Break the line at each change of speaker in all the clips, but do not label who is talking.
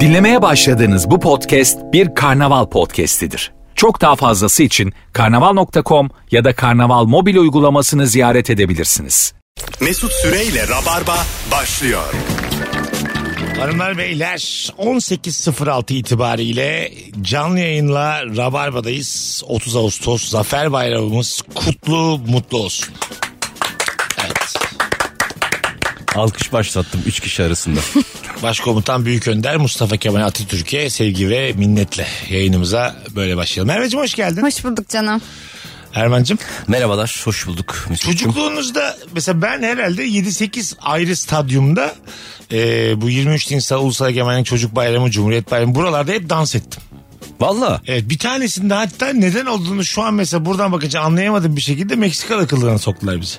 Dinlemeye başladığınız bu podcast bir karnaval podcastidir. Çok daha fazlası için karnaval.com ya da karnaval mobil uygulamasını ziyaret edebilirsiniz.
Mesut Süreyle Rabarba başlıyor.
Hanımlar beyler 18.06 itibariyle canlı yayınla Rabarba'dayız. 30 Ağustos Zafer Bayramımız kutlu mutlu olsun. Evet.
Alkış başlattım 3 kişi arasında.
Başkomutan Büyük Önder Mustafa Kemal Atatürk'e sevgi ve minnetle yayınımıza böyle başlayalım. Merveciğim hoş geldin.
Hoş bulduk canım.
Erman'cığım.
Merhabalar, hoş bulduk. Mesut'cum.
Çocukluğunuzda mesela ben herhalde 7-8 ayrı stadyumda e, bu 23 Nisan Ulusal Egemenlik Çocuk Bayramı, Cumhuriyet Bayramı buralarda hep dans ettim.
Valla.
Evet bir tanesinde hatta neden olduğunu şu an mesela buradan bakınca anlayamadığım bir şekilde Meksikalı kılığına soktular bizi.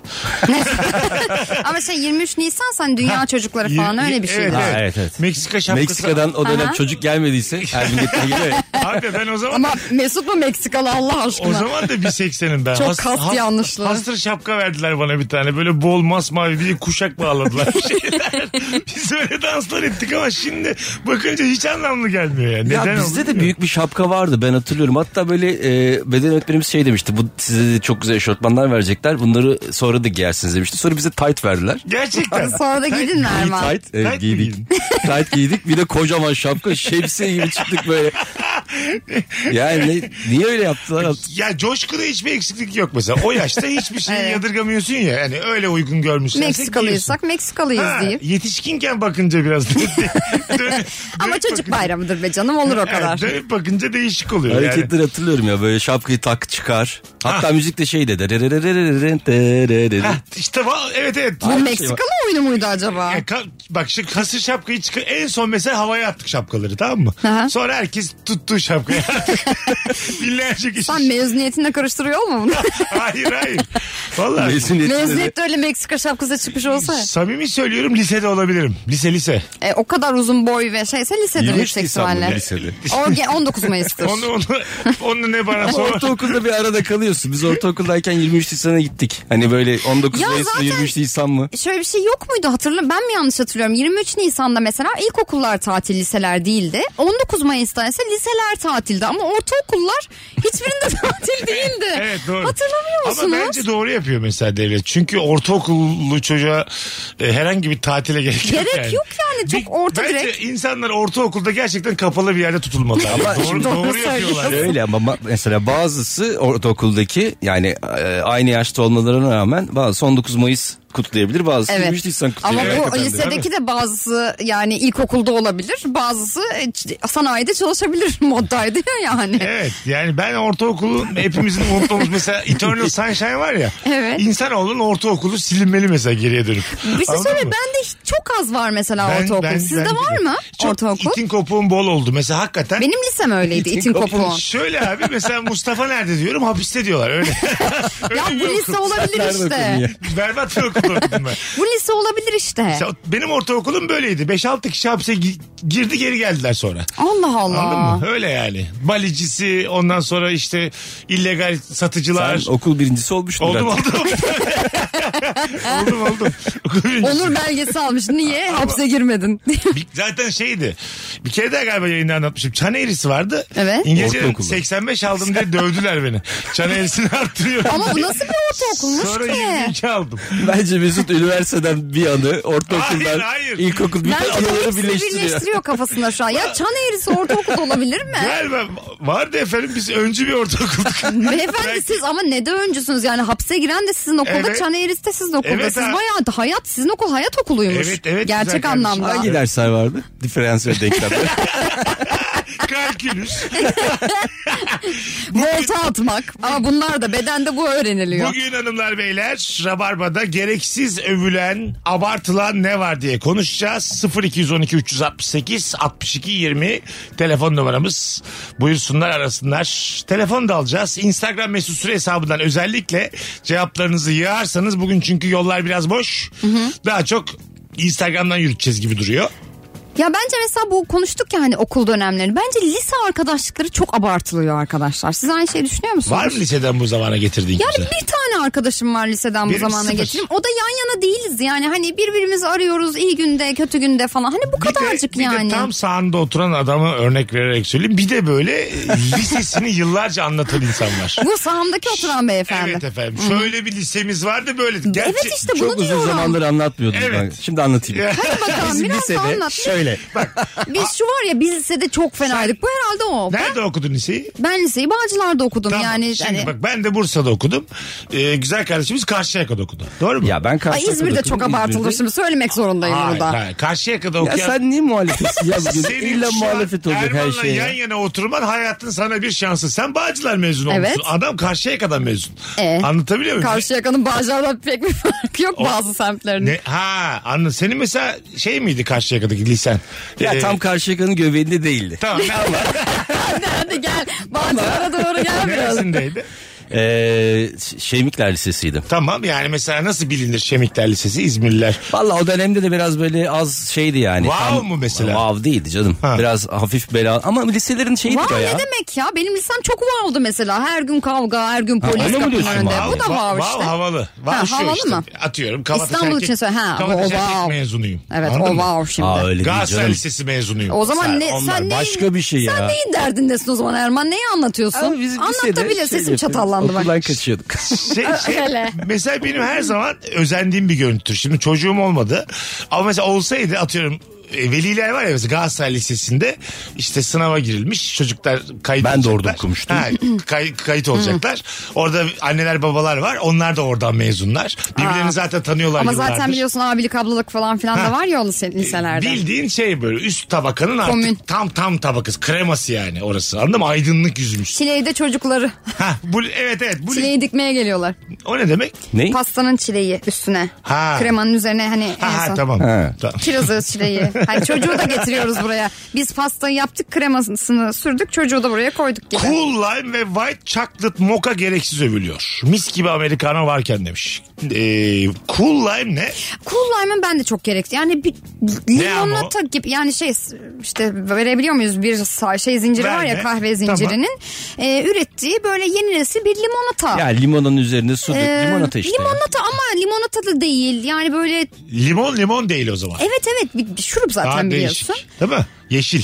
Ama şey 23 Nisan sen dünya çocukları falan öyle bir şey.
Evet,
Ha,
evet.
evet, evet.
Meksika şapkası.
Meksika'dan o dönem
Aha.
çocuk gelmediyse her gün gitmeye gidiyor ya.
Abi ben o zaman
Ama Mesut mu Meksikalı Allah aşkına?
o zaman da 1.80'im ben.
Çok kast yanlışlığı.
Hastır şapka verdiler bana bir tane. Böyle bol masmavi bir kuşak bağladılar. bir şeyler. Biz öyle danslar ettik ama şimdi bakınca hiç anlamlı gelmiyor yani.
Ya
Neden
bizde
oldu
de
bilmiyorum.
büyük bir şapka vardı ben hatırlıyorum. Hatta böyle e, beden öğretmenimiz şey demişti. Bu size de çok güzel eşortmanlar verecekler. Bunları sonra da giyersiniz demişti. Sonra bize tight verdiler.
Gerçekten.
Sonra da gidin mi
İyi
Erman?
tight, evet,
Tight mi giydin?
giydik. tight giydik. Bir de kocaman şapka şemsiye gibi çıktık böyle. Yani ne- niye öyle yaptılar?
Ya coşkuda hiçbir eksiklik yok mesela. O yaşta hiçbir şeyi
Evet.
yadırgamıyorsun ya. Yani öyle uygun görmüşsen. sen giyiyorsun.
Meksikalıysak Meksikalıyız
şey Ha,
deyip.
Yetişkinken bakınca biraz. dön- dönüp-
Ama
dönüp
çocuk
bakınca-
bayramıdır be canım olur o kadar.
Evet, dönüp bakınca değişik oluyor yani.
Hareketleri hatırlıyorum ya böyle şapkayı tak çıkar. Hatta müzik de şey dedi.
Ha, işte va- evet evet.
Bu
Aynı şey
Meksikalı oyunu muydu acaba?
Ya ka- bak şu kasır şapkayı çıkar. En son mesela havaya attık şapkaları tamam mı?
Aha.
Sonra herkes tuttuğu şapkayı attık. Binlerce kişi.
Sen mezuniyetinle karıştırıyor mu bunu?
hayır hayır. Vallahi.
Mezuniyette öyle Meksika şapkası çıkmış olsa.
Samimi söylüyorum lisede olabilirim. Lise lise.
E, o kadar uzun boy ve şey, şeyse lisedir yüksek ihtimalle. O ge- 19 Mayıs'tır.
Onu onu onu ne bana sor.
Ortaokulda bir arada kalıyorsun. Biz ortaokuldayken 23 Nisan'a gittik. Hani böyle 19
Ya
Mayıs mı
zaten-
23 Nisan mı?
Şöyle bir şey yok muydu hatırla ben mi yanlış hatırlıyorum 23 Nisan'da mesela ilkokullar tatil liseler değildi 19 Mayıs'ta ise liseler tatildi ama ortaokullar hiçbirinde tatil değildi
Evet doğru.
hatırlamıyor musunuz?
Ama bence doğru yapıyor mesela devlet. Çünkü ortaokullu çocuğa e, herhangi bir tatile gerek yok.
Gerek yok yani, çok
Bir-
orta
bence
direkt.
insanlar ortaokulda gerçekten kapalı bir yerde tutulmalı. Ama doğru,
şimdi-
doğru
Doğru
yapıyorlar.
söylüyorsun.
Öyle ama ma- mesela bazısı ortaokuldaki yani e, aynı yaşta olmalarına rağmen bazısı 19 Mayıs kutlayabilir bazısı
Evet.
23 Nisan
Ama
kutlayabilir.
bu lisedeki de bazısı yani ilkokulda olabilir bazısı e, ç- sanayide çalışabilir moddaydı ya yani.
Evet yani ben ortaokulun hepimizin unuttuğumuz mesela Eternal Sunshine var ya.
Evet.
İnsanoğlunun ortaokulu silinmeli mesela geriye dönüp.
Bir şey
Anladın
söyle
mı?
bende hiç- çok az var mesela
Ben-
ortaokul.
ben-
Sizde
ben-
var mı
Çok
ortaokul?
itin kopuğum bol oldu mesela hakikaten.
Benim lisem öyleydi itin, kopuğu.
Şöyle abi mesela Mustafa nerede diyorum hapiste diyorlar öyle. Öyle
Ya bu
bir
lise
okul.
olabilir işte.
Berbat bir okul okudum ben.
Bu lise olabilir işte.
Mesela Benim ortaokulum böyleydi. 5-6 kişi hapse gi- girdi geri geldiler sonra.
Allah
Anladın
Allah.
mı? Öyle yani. Balicisi ondan sonra işte illegal satıcılar.
Sen okul birincisi olmuştun
Oldum
zaten.
oldum. oldum oldum. Okuyunca-
Onur belgesi almış. Niye? Hapse girmedin.
Bir- zaten şeydi. Bir kere daha galiba yayında anlatmışım. Çan eğrisi vardı.
Evet.
İngilizce
Ortaokulda.
85 aldım diye dövdüler beni. Çan eğrisini arttırıyorum.
Ama bu
diye.
nasıl bir ortaokulmuş
Sonra
ki?
22 aldım.
Bence Mesut üniversiteden bir anı,
Hayır,
ortaokuldan,
hayır.
ilkokul bütün
Bence
anıları
hepsini
birleştiriyor.
birleştiriyor kafasında şu an. Ya çan eğrisi ortaokulda olabilir mi?
Galiba vardı efendim biz öncü bir ortaokulduk.
Beyefendi
Belki-
siz ama ne de öncüsünüz yani hapse giren de sizin okulda
Evet.
çan eğrisi de sizin okulda.
Evet
siz
ha.
bayağı da hayat sizin okul hayat okuluymuş.
Evet, evet, güzel
Gerçek
kardeşim.
anlamda.
Hangi dersler vardı? Diferansiyel denklem.
Kalkülüs.
Volta atmak. Ama bunlar da bedende bu öğreniliyor.
Bugün hanımlar beyler Rabarba'da gereksiz övülen, abartılan ne var diye konuşacağız. 0212 368 62 20 telefon numaramız. Buyursunlar arasınlar. Telefon da alacağız. Instagram mesut süre hesabından özellikle cevaplarınızı yığarsanız bugün çünkü yollar biraz boş. Daha çok Instagram'dan yürüteceğiz gibi duruyor.
Ya bence mesela bu konuştuk ya hani okul dönemlerini. Bence lise arkadaşlıkları çok abartılıyor arkadaşlar. Siz aynı şeyi düşünüyor musunuz?
Var mı liseden bu zamana getirdiğin
Yani
kimse?
bir tane arkadaşım var liseden bu
Birimiz
zamana
sıfır.
getireyim. O da yan yana değiliz yani. Hani birbirimizi arıyoruz iyi günde kötü günde falan. Hani bu kadarcık
bir de, Bir
yani.
de tam sağında oturan adamı örnek vererek söyleyeyim. Bir de böyle e, lisesini yıllarca anlatan insan var.
Bu sağımdaki oturan beyefendi.
Evet efendim. Şöyle bir lisemiz vardı böyle.
Evet işte bunu
Çok uzun
diyorum.
zamandır anlatmıyordum
Evet.
ben. Şimdi anlatayım.
Hadi bakalım
Bizim
biraz daha
lisede
anlat.
şöyle.
Biz şu var ya biz lisede çok fenaydık. Bu herhalde o.
Nerede okudun liseyi?
Ben liseyi Bağcılar'da okudum
Tamam.
yani.
Şimdi
hani-
bak ben de Bursa'da okudum. Ee, güzel kardeşimiz Karşıyaka'da okudu. Doğru mu?
Ya ben
Ay,
Kars'ta
İzmir'de
okudum,
çok abartılır
İzmir'de.
şimdi söylemek zorundayım
Hayır,
burada.
hayır. Karşıyaka'da
Ya
okuyan...
sen niye muhalefetsin ya bugün?
Senin
İlla
şu an
muhalefet olacak her
Erman'la
şeye.
yan yana oturman hayatın sana bir şansı. Sen Bağcılar mezunu
Evet.
olmuşsun. Adam Karşıyaka'dan mezun.
Ee?
Anlatabiliyor muyum?
Karşıyaka'nın Bağcılar'dan pek bir farkı yok bazı semtlerinin.
Ne? Ha anladım. Senin mesela şey miydi Karşıyaka'daki lisen?
Ya
Ee,
tam Karşıyaka'nın göbeğinde değildi.
Tamam ne var?
Hadi, hadi gel Bağcılar'a doğru gel biraz.
Neresindeydi?
Ee, Şemikler Lisesi'ydi.
Tamam yani mesela nasıl bilinir Şemikler Lisesi İzmirliler?
Valla o dönemde de biraz böyle az şeydi yani.
Wow mu mesela?
Wow değildi canım.
Ha.
Biraz hafif bela. Ama liselerin şeyiydi o
Wow
ya.
ne demek ya? Benim lisem çok wow'du mesela. Her gün kavga, her gün polis
öyle mi
kapının
diyorsun?
önünde.
Wow.
Bu da wow,
Wow,
işte.
havalı. Wow
Ha,
şu
havalı
işte.
mı?
Atıyorum. Kavataş
İstanbul
Erkek-
için söyle. Ha,
Kavataş
o
Erkek
wow.
mezunuyum.
Evet
Anladın
o
mı?
wow şimdi.
Aa öyle değil
Galatasaray
canım.
Lisesi mezunuyum.
O zaman
Sen-
ne,
onlar
sen neyin-
başka bir şey ya.
Sen neyin derdindesin o zaman Erman? Neyi anlatıyorsun?
Ama biz lisede
Anlat da bile
şey
sesim
yapıyorduk,
çatallandı bak.
Okuldan kaçıyorduk.
Şey, şey,
Öyle.
mesela benim her zaman özendiğim bir görüntüdür. Şimdi çocuğum olmadı. Ama mesela olsaydı atıyorum e, veliler var ya mesela Galatasaray Lisesi'nde işte sınava girilmiş çocuklar kayıt
Ben de
olacaklar.
orada okumuştum.
Ha, kay- kayıt olacaklar. orada anneler babalar var. Onlar da oradan mezunlar. Birbirlerini
Aa.
zaten tanıyorlar
Ama
yıllardır.
zaten biliyorsun abilik ablalık falan filan
Ha.
da var ya o lise- liselerde.
Bildiğin şey böyle üst tabakanın artık
Komün.
tam tam tabakası kreması yani orası anladın mı? Aydınlık yüzmüş.
Çileği de çocukları.
Ha, bu, evet evet bu,
Çileği dikmeye geliyorlar.
o ne demek?
ne?
Pastanın çileği üstüne.
Ha.
Kremanın üzerine hani
Ha,
en
ha
son.
tamam.
Ha.
tamam.
Kirazı çileği. Hani çocuğu da getiriyoruz buraya. Biz pastayı yaptık kremasını sürdük çocuğu da buraya koyduk gibi.
Cool lime ve white chocolate mocha gereksiz övülüyor. Mis gibi Amerikano varken demiş. Ee, cool lime ne?
Cool lime'ın ben de çok gerekti. Yani bir limonata
ama?
gibi yani şey işte verebiliyor muyuz bir sa- şey zinciri var
Verme.
ya kahve zincirinin e, ürettiği böyle yeni nesil bir limonata.
Ya limonun üzerine su dök.
Ee,
limonata işte. ya.
Limonata ama limonata da değil. Yani böyle
Limon limon değil o zaman.
evet evet bir, bir şurup zaten
Daha
biliyorsun.
değişik. Değil mi? Yeşil.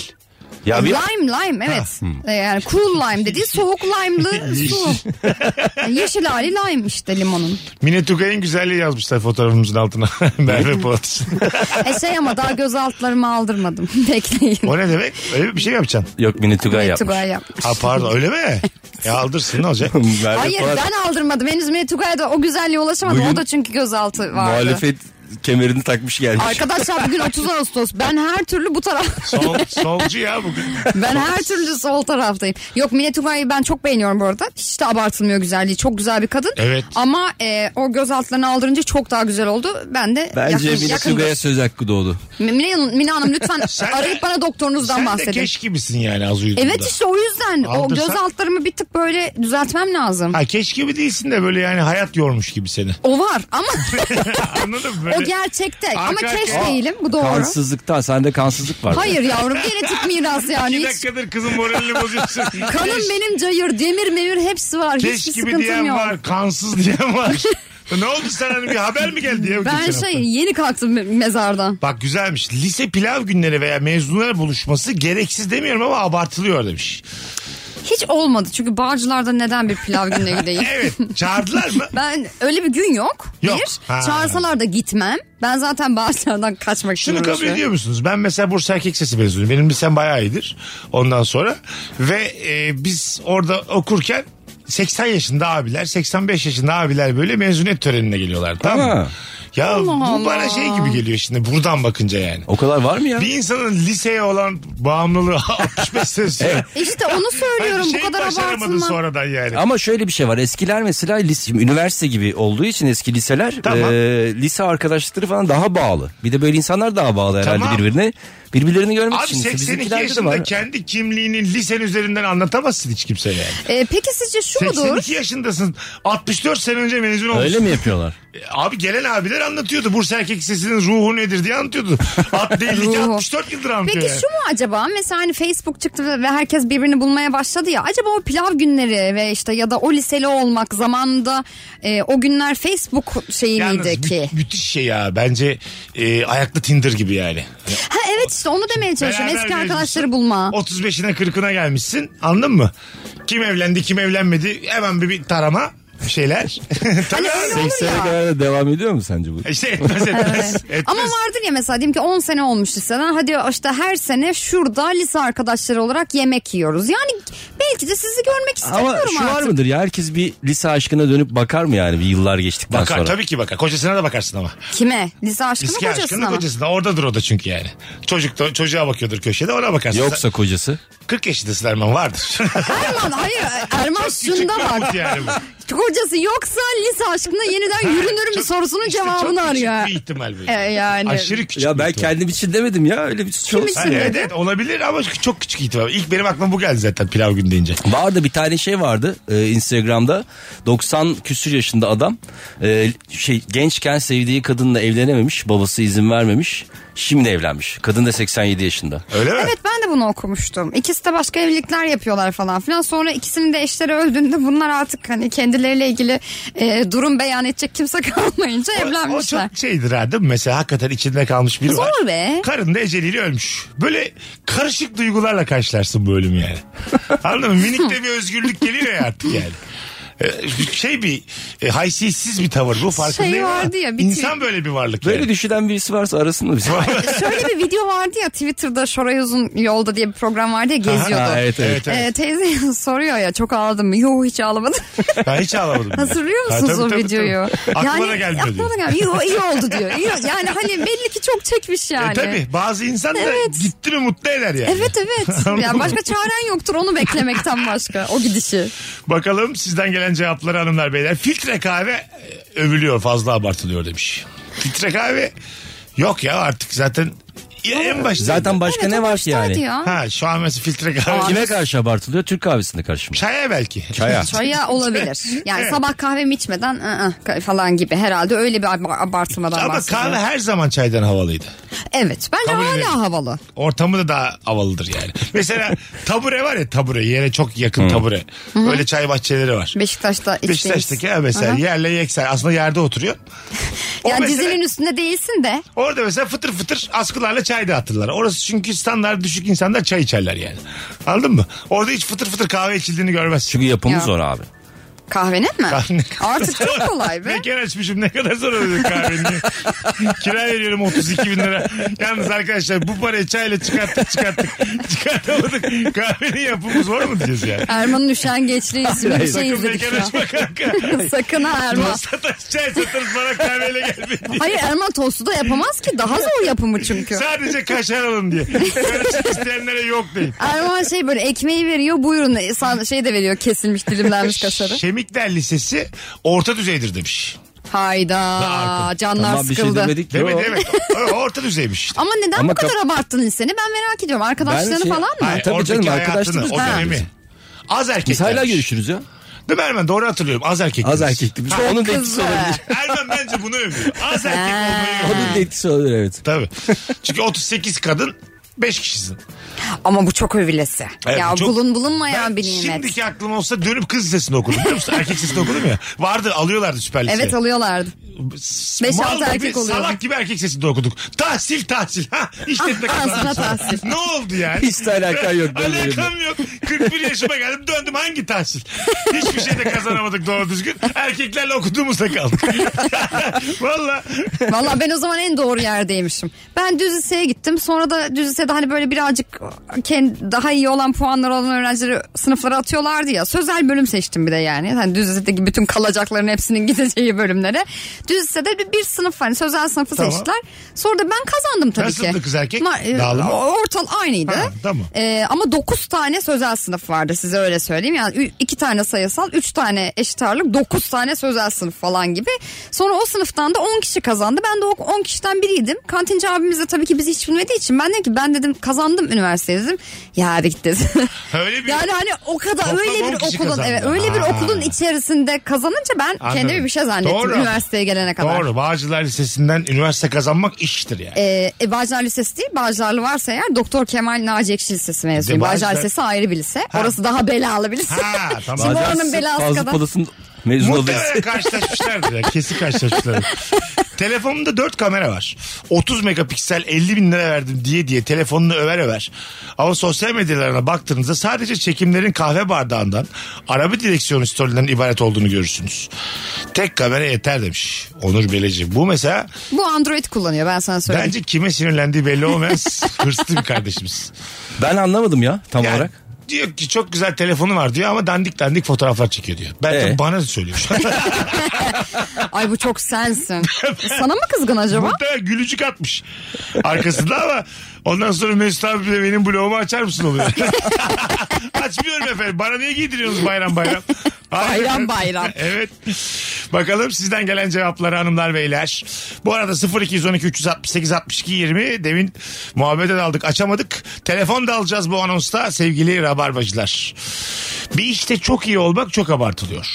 Ya bir- hmm.
Lime lime evet. Ee, Yani cool lime dediği soğuk lime'lı su. Yani yeşil hali lime işte limonun.
Mine Tugay'ın güzelliği yazmışlar fotoğrafımızın altına. Merve Polat.
E şey ama daha göz altlarımı aldırmadım. Bekleyin.
o ne demek? Öyle bir şey mi yapacaksın?
Yok Mini Tugay yapmış.
Tugay yapmış.
Ha pardon öyle mi? Ya aldırsın ne olacak?
Merve
Hayır
Polat
ben aldırmadım. Henüz Mine Tugay'a da o güzelliğe ulaşamadım.
Bugün
o da çünkü gözaltı vardı.
muhalefet kemerini takmış gelmiş.
Arkadaşlar bugün 30 Ağustos. Ben her türlü bu taraf.
Sol, solcu ya bugün.
Ben her türlü sol taraftayım. Yok Mine Tugay'ı ben çok beğeniyorum bu arada. Hiç de abartılmıyor güzelliği. Çok güzel bir kadın.
Evet.
Ama e, o göz altlarını aldırınca çok daha güzel oldu. Ben de
Bence
yakın,
Mine
yakındır.
Tugay'a söz hakkı doğdu.
Mine, Hanım- Mine Hanım lütfen
Sen de-
arayıp bana doktorunuzdan
Sen de
bahsedin.
keş gibisin yani az uyuduğunda.
Evet işte o yüzden o
Aldırsak-
göz altlarımı bir tık böyle düzeltmem lazım.
Ha keş gibi değilsin de böyle yani hayat yormuş gibi seni.
O var ama
Anladın mı?
o
Böyle-
gerçekte. Ama
Arka
keş
arkaya-
değilim bu doğru.
Kansızlıktan sende kansızlık var.
Hayır yavrum genetik miras yani.
İki
Hiç,
dakikadır kızın moralini bozuyorsun.
kanım benim cayır, demir mevir hepsi var.
Keş
Hiçbir
gibi
sıkıntım
diyen
yok.
var, kansız diyen var. ne oldu sen hani bir haber mi geldi ya?
Ben
geçen hafta?
şey yeni kalktım me- mezardan.
Bak güzelmiş. Lise pilav günleri veya mezunlar buluşması gereksiz demiyorum ama abartılıyor demiş.
Hiç olmadı çünkü Bağcılar'da neden bir pilav gününe gideyim?
Evet çağırdılar mı?
Ben öyle bir gün yok.
Yok.
Bir.
Ha.
Çağırsalar da gitmem. Ben zaten Bağcılar'dan kaçmak için
Şunu kabul
uğraşıyorum.
ediyor musunuz? Ben mesela Bursa Erkek Sesi mezunuyum. Benim lisem bayağı iyidir ondan sonra. Ve e, biz orada okurken 80 yaşında abiler, 85 yaşında abiler böyle mezuniyet törenine geliyorlar. Tamam mı?
Ha.
Ya bu
Allah
bana
Allah.
şey gibi geliyor şimdi buradan bakınca yani.
O kadar var mı ya?
Bir insanın liseye olan bağımlılığı 65 sene sürüyor.
İşte onu söylüyorum
Hani
bu
şey
kadar
başaramadın
abartılma.
sonradan yani.
Ama şöyle bir şey var. Eskiler mesela lise, şimdi üniversite gibi olduğu için eski liseler
Tamam.
e, lise arkadaşlıkları falan daha bağlı. Bir de böyle insanlar daha bağlı herhalde
Tamam.
birbirine. Birbirlerini görmek
Abi
için.
82
Bizimkilerde de
yaşında
var.
kendi kimliğini lisen üzerinden anlatamazsın hiç kimseye yani.
Ee, peki sizce şu mudur?
şey 82 yaşındasın. 64 sene önce mezun olmuşsun.
Öyle mi yapıyorlar?
Abi gelen abiler böyle anlatıyordu. Bursa Erkek Lisesi'nin ruhu nedir diye anlatıyordu. At değil ki
Ruhu.
64 yıldır anlatıyor.
Peki
yani.
şu mu acaba mesela hani Facebook çıktı ve- ve herkes birbirini bulmaya başladı ya acaba o pilav günleri ve işte ya da o liseli olmak zamanında e, o günler Facebook şeyi
Yalnız
miydi
mü-
ki?
müthiş şey ya. Bence e, ayaklı Tinder gibi yani.
Ha evet işte onu demeye çalışıyorum
Beraber
eski
gezmişsin.
arkadaşları bulma.
35'ine 40'ına gelmişsin. Anladın mı? Kim evlendi kim evlenmedi hemen bir, bir tarama şeyler. Tabii
Hani öyle
abi.
olur.
80'e kadar da devam ediyor mu sence bu?
İşte etmez etmez. etmez.
Ama vardır ya mesela diyelim ki 10 sene olmuş liseden hadi işte her sene şurada lise arkadaşları olarak yemek yiyoruz. Yani belki de sizi görmek
Ama
istemiyorum
şu
artık.
var mıdır ya herkes bir lise aşkına dönüp bakar mı yani bir yıllar geçtikten
Bakar
sonra?
tabii ki bakar. Kocasına da bakarsın ama.
Kime? Lise aşkını
Eski
kocasına
aşkının
mı?
kocasına. Oradadır o da çünkü yani. Çocuk da, çocuğa bakıyordur köşede ona bakarsın. Sen-
Yoksa kocası.
40 yaşındasın Erman vardır.
Erman hayır Erman
Küçük
şunda
bir
bak.
umut yani bu.
Kocası yoksa lise aşkına yeniden yürünür mü
Çok-
Hani sorusunun
işte
cevabını
çok
arıyor.
Çok bir ihtimal bu.
E, yani.
Aşırı küçük
ya
bir
ben
ihtimal.
kendim için demedim ya öyle bir şey çok...
için?
Ha, evet, evet, olabilir ama çok küçük ihtimal. İlk benim aklıma bu geldi zaten pilav günü deyince.
Vardı bir tane şey vardı e, Instagram'da 90 küsür yaşında adam e, şey gençken sevdiği kadınla evlenememiş babası izin vermemiş şimdi evlenmiş kadın da 87 yaşında.
Öyle mi?
Evet ben de bunu okumuştum. İkisi de başka evlilikler yapıyorlar falan filan. Sonra ikisinin de eşleri öldüğünde bunlar artık hani kendileriyle ilgili e, durum beyan edecek kimse kalmayınca
O, o
evlenmişler.
çok şeydir ha değil mi? Mesela hakikaten içinde kalmış biri
Zor
var.
be.
Karın da eceliyle ölmüş. Böyle karışık duygularla karşılarsın bu ölümü yani. Anladın mı? Minik de bir özgürlük geliyor ya artık yani. Ee, şey bir e, haysiyetsiz bir tavır bu farkındayım ama
Şey vardı ya, bir
İnsan böyle bir varlık
Böyle
yani.
düşünen birisi varsa arasında bizi.
E, Şöyle bir video vardı ya Twitter'da Şoray Uzun Yolda diye bir program vardı ya geziyordu.
Ha, evet, evet.
Evet, evet.
E, teyze soruyor ya çok ağladın mı? Yok hiç ağlamadım.
Ben hiç E, ağlamadım.
Hatırlıyor
Ha,
musunuz
tabii,
o
tabii,
videoyu?
tabii. Aklıma da gelmiyor
Aklıma da
diyor.
gelmiyor. İyi, o- iyi oldu diyor. İyi, yani hani belli ki çok çekmiş yani.
E tabi bazı insan da
Evet.
gitti mi mutlu eder yani.
Evet evet.
Anladın
ya
mı?
başka çaren yoktur onu beklemekten başka o gidişi.
Bakalım sizden gelen cevapları hanımlar beyler. Filtre kahve e, övülüyor fazla abartılıyor demiş. Filtre kahve yok ya artık zaten ya en başta.
Zaten başka
Evet,
ne
o
var ki
baştaydı
yani?
ya.
Ha şu an mesela filtre kahve.
Kime karşı abartılıyor? Türk kahvesinde karşı mı?
Çaya belki.
Çaya.
Çaya olabilir. Yani sabah kahvemi içmeden ı ı falan gibi herhalde öyle bir ab- abartmadan
Ama
bahsediyor.
kahve her zaman çaydan havalıydı.
Evet bence
Kabul
hala
edelim.
havalı.
Ortamı da daha havalıdır yani. Mesela tabure var ya tabure yere çok yakın tabure. Böyle çay bahçeleri var.
Beşiktaş'ta içtiğimiz.
Beşiktaş'taki ha mesela yerle yekser aslında yerde oturuyor. O
Yani
mesela-
dizinin üstünde değilsin de.
Orada mesela fıtır fıtır askılarla çay dağıtırlar. Orası çünkü standart düşük insanlar çay içerler yani. Anladın mı? Orada hiç fıtır fıtır kahve içildiğini görmezsin.
Çünkü yapımı
Ya.
zor abi.
Kahvenin mi?
Kahve-
Artık çok kolay be.
Mekan açmışım ne kadar zor oluyor kahvenin. Kira veriyorum 32 bin lira. Yalnız arkadaşlar bu parayı çayla çıkarttık çıkarttık. Çıkartamadık. Kahvenin yapımı zor mu diyeceğiz yani?
Erman'ın üşengeçliği isimli bir şey
Sakın
izledik
mekan
şu an.
açma kanka.
Sakın ha Erman.
Satarız çay satarız bana kahveyle gelmeyin diye.
Hayır Erman tostu da yapamaz ki. Daha zor yapımı çünkü.
Sadece kaşar alın diye. Karışık isteyenlere yok deyin.
Erman şey böyle ekmeği veriyor buyurun san- şey de veriyor kesilmiş dilimlenmiş kaşarı.
Şemikler Lisesi orta düzeydir demiş.
Hayda canlar
Ama bir şey
sıkıldı.
demedik ki.
Demek
o.
evet. O- Orta düzeymiş işte.
Ama neden
Ama
bu kadar
kap-
abarttın liseni ben merak ediyorum.
Ben
Arkadaşlarını
şey-
falan mı?
Ay, tabii
Oradaki
canım,
hayatını,
arkadaşlık
o
biz-
dönemi.
Ha.
Az erkek.
Biz hala
demiş.
görüşürüz ya.
Değil mi Ermen? Doğru hatırlıyorum. Az erkek.
Az
demiş.
erkekti. Biz
Ha,
onun da etkisi
Kızı.
olabilir.
Ermen bence bunu övüyor. Az erkek olmayı övüyor.
Onun da etkisi olabilir evet.
Tabii. Çünkü 38 kadın 5 kişisin.
Ama bu çok övülesi.
Evet,
ya
bu çok-
bulun bulunmayan
Ben
bir nimet.
Şimdiki aklım olsa dönüp kız lisesini okudum biliyor musun? Erkek lisesini okudum ya. Vardı alıyorlardı süper liseye.
Şey.
Evet alıyorlardı.
S-
Beş,
mal
altı
gibi,
erkek oluyordu.
Salak gibi erkek sesinde okuduk. Tahsil tahsil. Ha işletme
Ah, ağzına
kazanmış.
tahsil.
Ne oldu yani?
Hiç de alakan yok benim
Alakam yok. 41 yaşıma geldim döndüm hangi tahsil? Hiçbir şey de kazanamadık doğru düzgün. Erkeklerle okuduğumuzda kaldık. Valla.
Valla ben o zaman en doğru yerdeymişim. Ben düz liseye gittim. Sonra da düz lisede hani böyle birazcık kendi, daha iyi olan puanlar olan öğrencileri sınıflara atıyorlardı ya. Sözel bölüm seçtim bir de yani. Hani düz lisedeki bütün kalacakların hepsinin gideceği bölümlere. Düz lisede bir, bir sınıf hani sözel sınıfı
Tamam.
seçtiler. Sonra da ben kazandım tabii
Nasıldı
ki.
kız erkek?
Ma- e,
Dağılımı?
Ortal aynıydı.
Ha, tamam.
E, ama 9 tane sözel sınıf vardı size öyle söyleyeyim. Yani 2 tane sayısal, 3 tane eşit ağırlık, 9 tane sözel sınıf falan gibi. Sonra o sınıftan da 10 kişi kazandı. Ben de o 10 kişiden biriydim. Kantinci abimiz de tabii ki bizi hiç bilmediği için ben dedim ki ben dedim kazandım üniversiteye dedim. Ya hadi git dedi.
Öyle bir-
Yani hani o kadar
Toplam
öyle
on
bir
kişi
okulun
kazandı.
evet, öyle bir
Ha.
okulun içerisinde kazanınca ben
Anladım.
kendimi bir şey zannettim
Doğru.
üniversiteye gelene kadar.
Doğru. Bağcılar Lisesi'nden üniversite kazanmak iştir yani.
Ee, e, Bağcılar Lisesi değil Bağcılarlı varsa eğer Doktor Kemal Naci Ekşi Lisesi mezunuyum.
De E, Bağcılar-
Bağcılar Lisesi ayrı bir lise.
Ha.
Orası daha belalı bir lise.
Ha, tamam.
Şimdi
Bağcılar
oranın belası
Fazlı
kadar.
Polat'ın mezun oluyorsun.
Muhtemelen karşılaşmışlardır ya. Kesin karşılaşmışlardır. Telefonumda 4 kamera var. 30 megapiksel 50 bin lira verdim diye diye telefonunu över över. Ama sosyal medyalarına baktığınızda sadece çekimlerin kahve bardağından araba direksiyon storylerinden ibaret olduğunu görürsünüz. Tek kamera yeter demiş Onur Beleci. Bu mesela
Bu Android kullanıyor ben sana söyleyeyim.
bence kime sinirlendiği belli olmayan hırslı bir kardeşimiz.
Ben anlamadım ya tam
Yani
olarak.
Diyor ki çok güzel telefonu var diyor ama dandik dandik fotoğraflar çekiyor diyor. Ben de
Ee?
bana da söylüyor.
Ay bu çok sensin. Sana mı kızgın acaba?
Muhtemelen gülücük atmış arkasında ama ondan sonra Mesut abi de benim bloğumu açar mısın oluyor. Açmıyorum efendim. Bana niye giydiriyorsunuz bayram bayram? Hayır.
Bayram bayram.
evet. Bakalım sizden gelen cevapları hanımlar beyler. Bu arada 0212 368 62 20 demin muhabbete daldık açamadık. Telefon da alacağız bu anonsta sevgili rabarbacılar. Bir işte çok iyi olmak çok abartılıyor.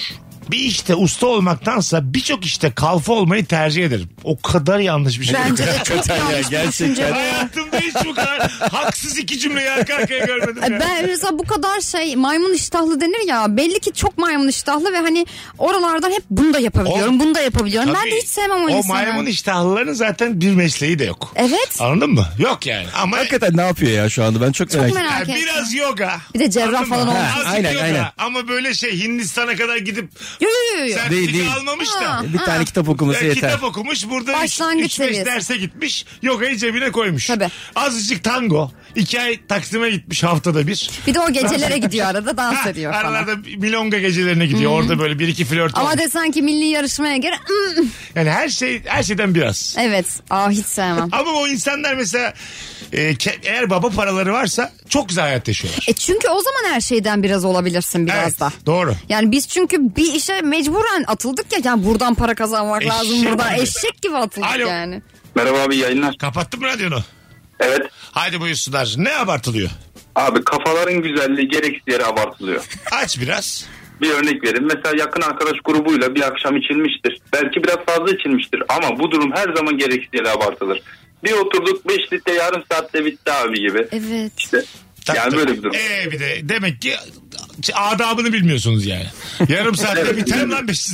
Bir işte usta olmaktansa birçok işte kalfa olmayı tercih ederim. O kadar yanlış bir şey.
Bence de çok
Ya
yanlış bir düşünce.
gerçekten.
Hayatımda hiç bu kadar haksız iki cümleyi arka arkaya görmedim.
Ay
ya.
Ben mesela bu kadar şey maymun iştahlı denir ya belli ki çok maymun iştahlı ve hani oralardan hep bunu da yapabiliyorum
O-
bunu da yapabiliyorum. ben de
Tabii.
hiç sevmem o,
O
insanı.
maymun iştahlıların zaten bir mesleği de yok.
Evet.
Anladın mı? Yok yani. Ama
Hakikaten ne yapıyor ya şu anda ben çok, merak ediyorum.
merak-
Yani
ettim.
biraz yoga.
Bir de cerrah
Anladın mı?
falan olmuş.
Azıcık
Ha, aynen,
yoga.
aynen.
Ama böyle şey Hindistan'a kadar gidip
Yo, yo, yo, yo.
sertifika
Değil, değil.
almamış da.
Ha.
Bir tane kitap
Ya
okuması yeter.
kitap okumuş burada
Başlangıç
3-5
seviyesi.
derse gitmiş yogayı cebine koymuş.
Tabii.
Azıcık tango. iki ay Taksim'e gitmiş haftada bir.
Bir de o gecelere gidiyor arada dans
Ha,
ediyor falan.
Aralarda milonga gecelerine gidiyor. Orada böyle bir iki flört
Ama
olmuş.
desen ki milli yarışmaya gir. ım,
Yani her şey her şeyden biraz.
Evet. Aa hiç sevmem.
Ama o insanlar mesela e, ke- eğer baba paraları varsa çok güzel hayat yaşıyorlar.
E çünkü o zaman her şeyden biraz olabilirsin biraz
Evet,
da.
Doğru.
Yani biz çünkü bir işe mecburen atıldık ya. Yani buradan para kazanmak
Eşek
lazım. Buradan
gibi.
eşek gibi atıldık
Alo.
yani.
Merhaba abi yayınlar.
Kapattın mı radyonu?
Evet.
Haydi buyursunlar. Ne abartılıyor?
Abi kafaların güzelliği gereksiz yere abartılıyor.
Aç biraz.
Bir örnek vereyim. Mesela yakın arkadaş grubuyla bir akşam içilmiştir. Belki biraz fazla içilmiştir ama bu durum her zaman gereksiz yere abartılır. Bir oturduk 5 litre yarım saatte bitti abi gibi.
Evet.
İşte yani böyle bir durum.
Ee, bir de demek ki adabını bilmiyorsunuz yani. Yarım saatte
Evet.
biter mi lan beş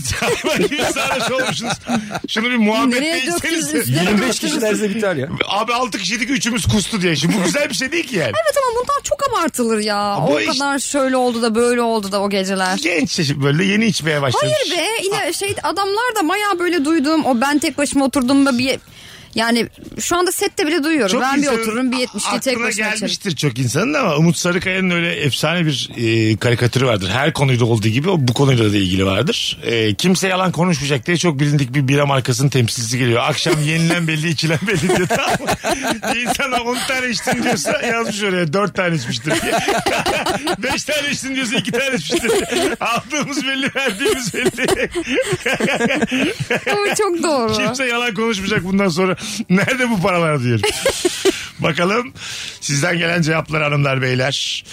gibi sarhoş olmuşsunuz. Şunu bir muhabbet
Nereye döktünüz
değilseniz.
üstüne
25
döktünüz?
kişi derse biter ya.
Abi altı kişiydik üçümüz kustu diye. Şimdi bu güzel bir şey değil ki yani.
Evet ama bunlar çok abartılır ya.
bu
o
iş-
kadar şöyle oldu da böyle oldu da o geceler.
Genç yaşım böyle yeni içmeye başlamış.
Hayır be
Ah.
yine şey adamlar da maya böyle duyduğum o ben tek başıma oturduğumda bir yani şu anda sette bile duyuyorum. ben bir
insanın
otururum bir yetmişli tek
aklına
başıma içerim.
gelmiştir çok insanın ama Umut Sarıkaya'nın öyle efsane bir e, karikatürü vardır. Her konuyla olduğu gibi o bu konuyla da ilgili vardır. E, kimse yalan konuşmayacak diye çok bilindik bir bira markasının temsilcisi geliyor. Akşam yenilen belli içilen belli diyor tamam mı? Bir İnsana 10 tane içtin diyorsa yazmış oraya 4 tane içmiştir diye. 5 tane içtin diyorsa 2 tane içmiştir diye. Aldığımız belli verdiğimiz belli.
Ama çok doğru.
Kimse yalan konuşmayacak bundan sonra. Nerede bu paralar diyorum. Bakalım sizden gelen cevaplar hanımlar beyler.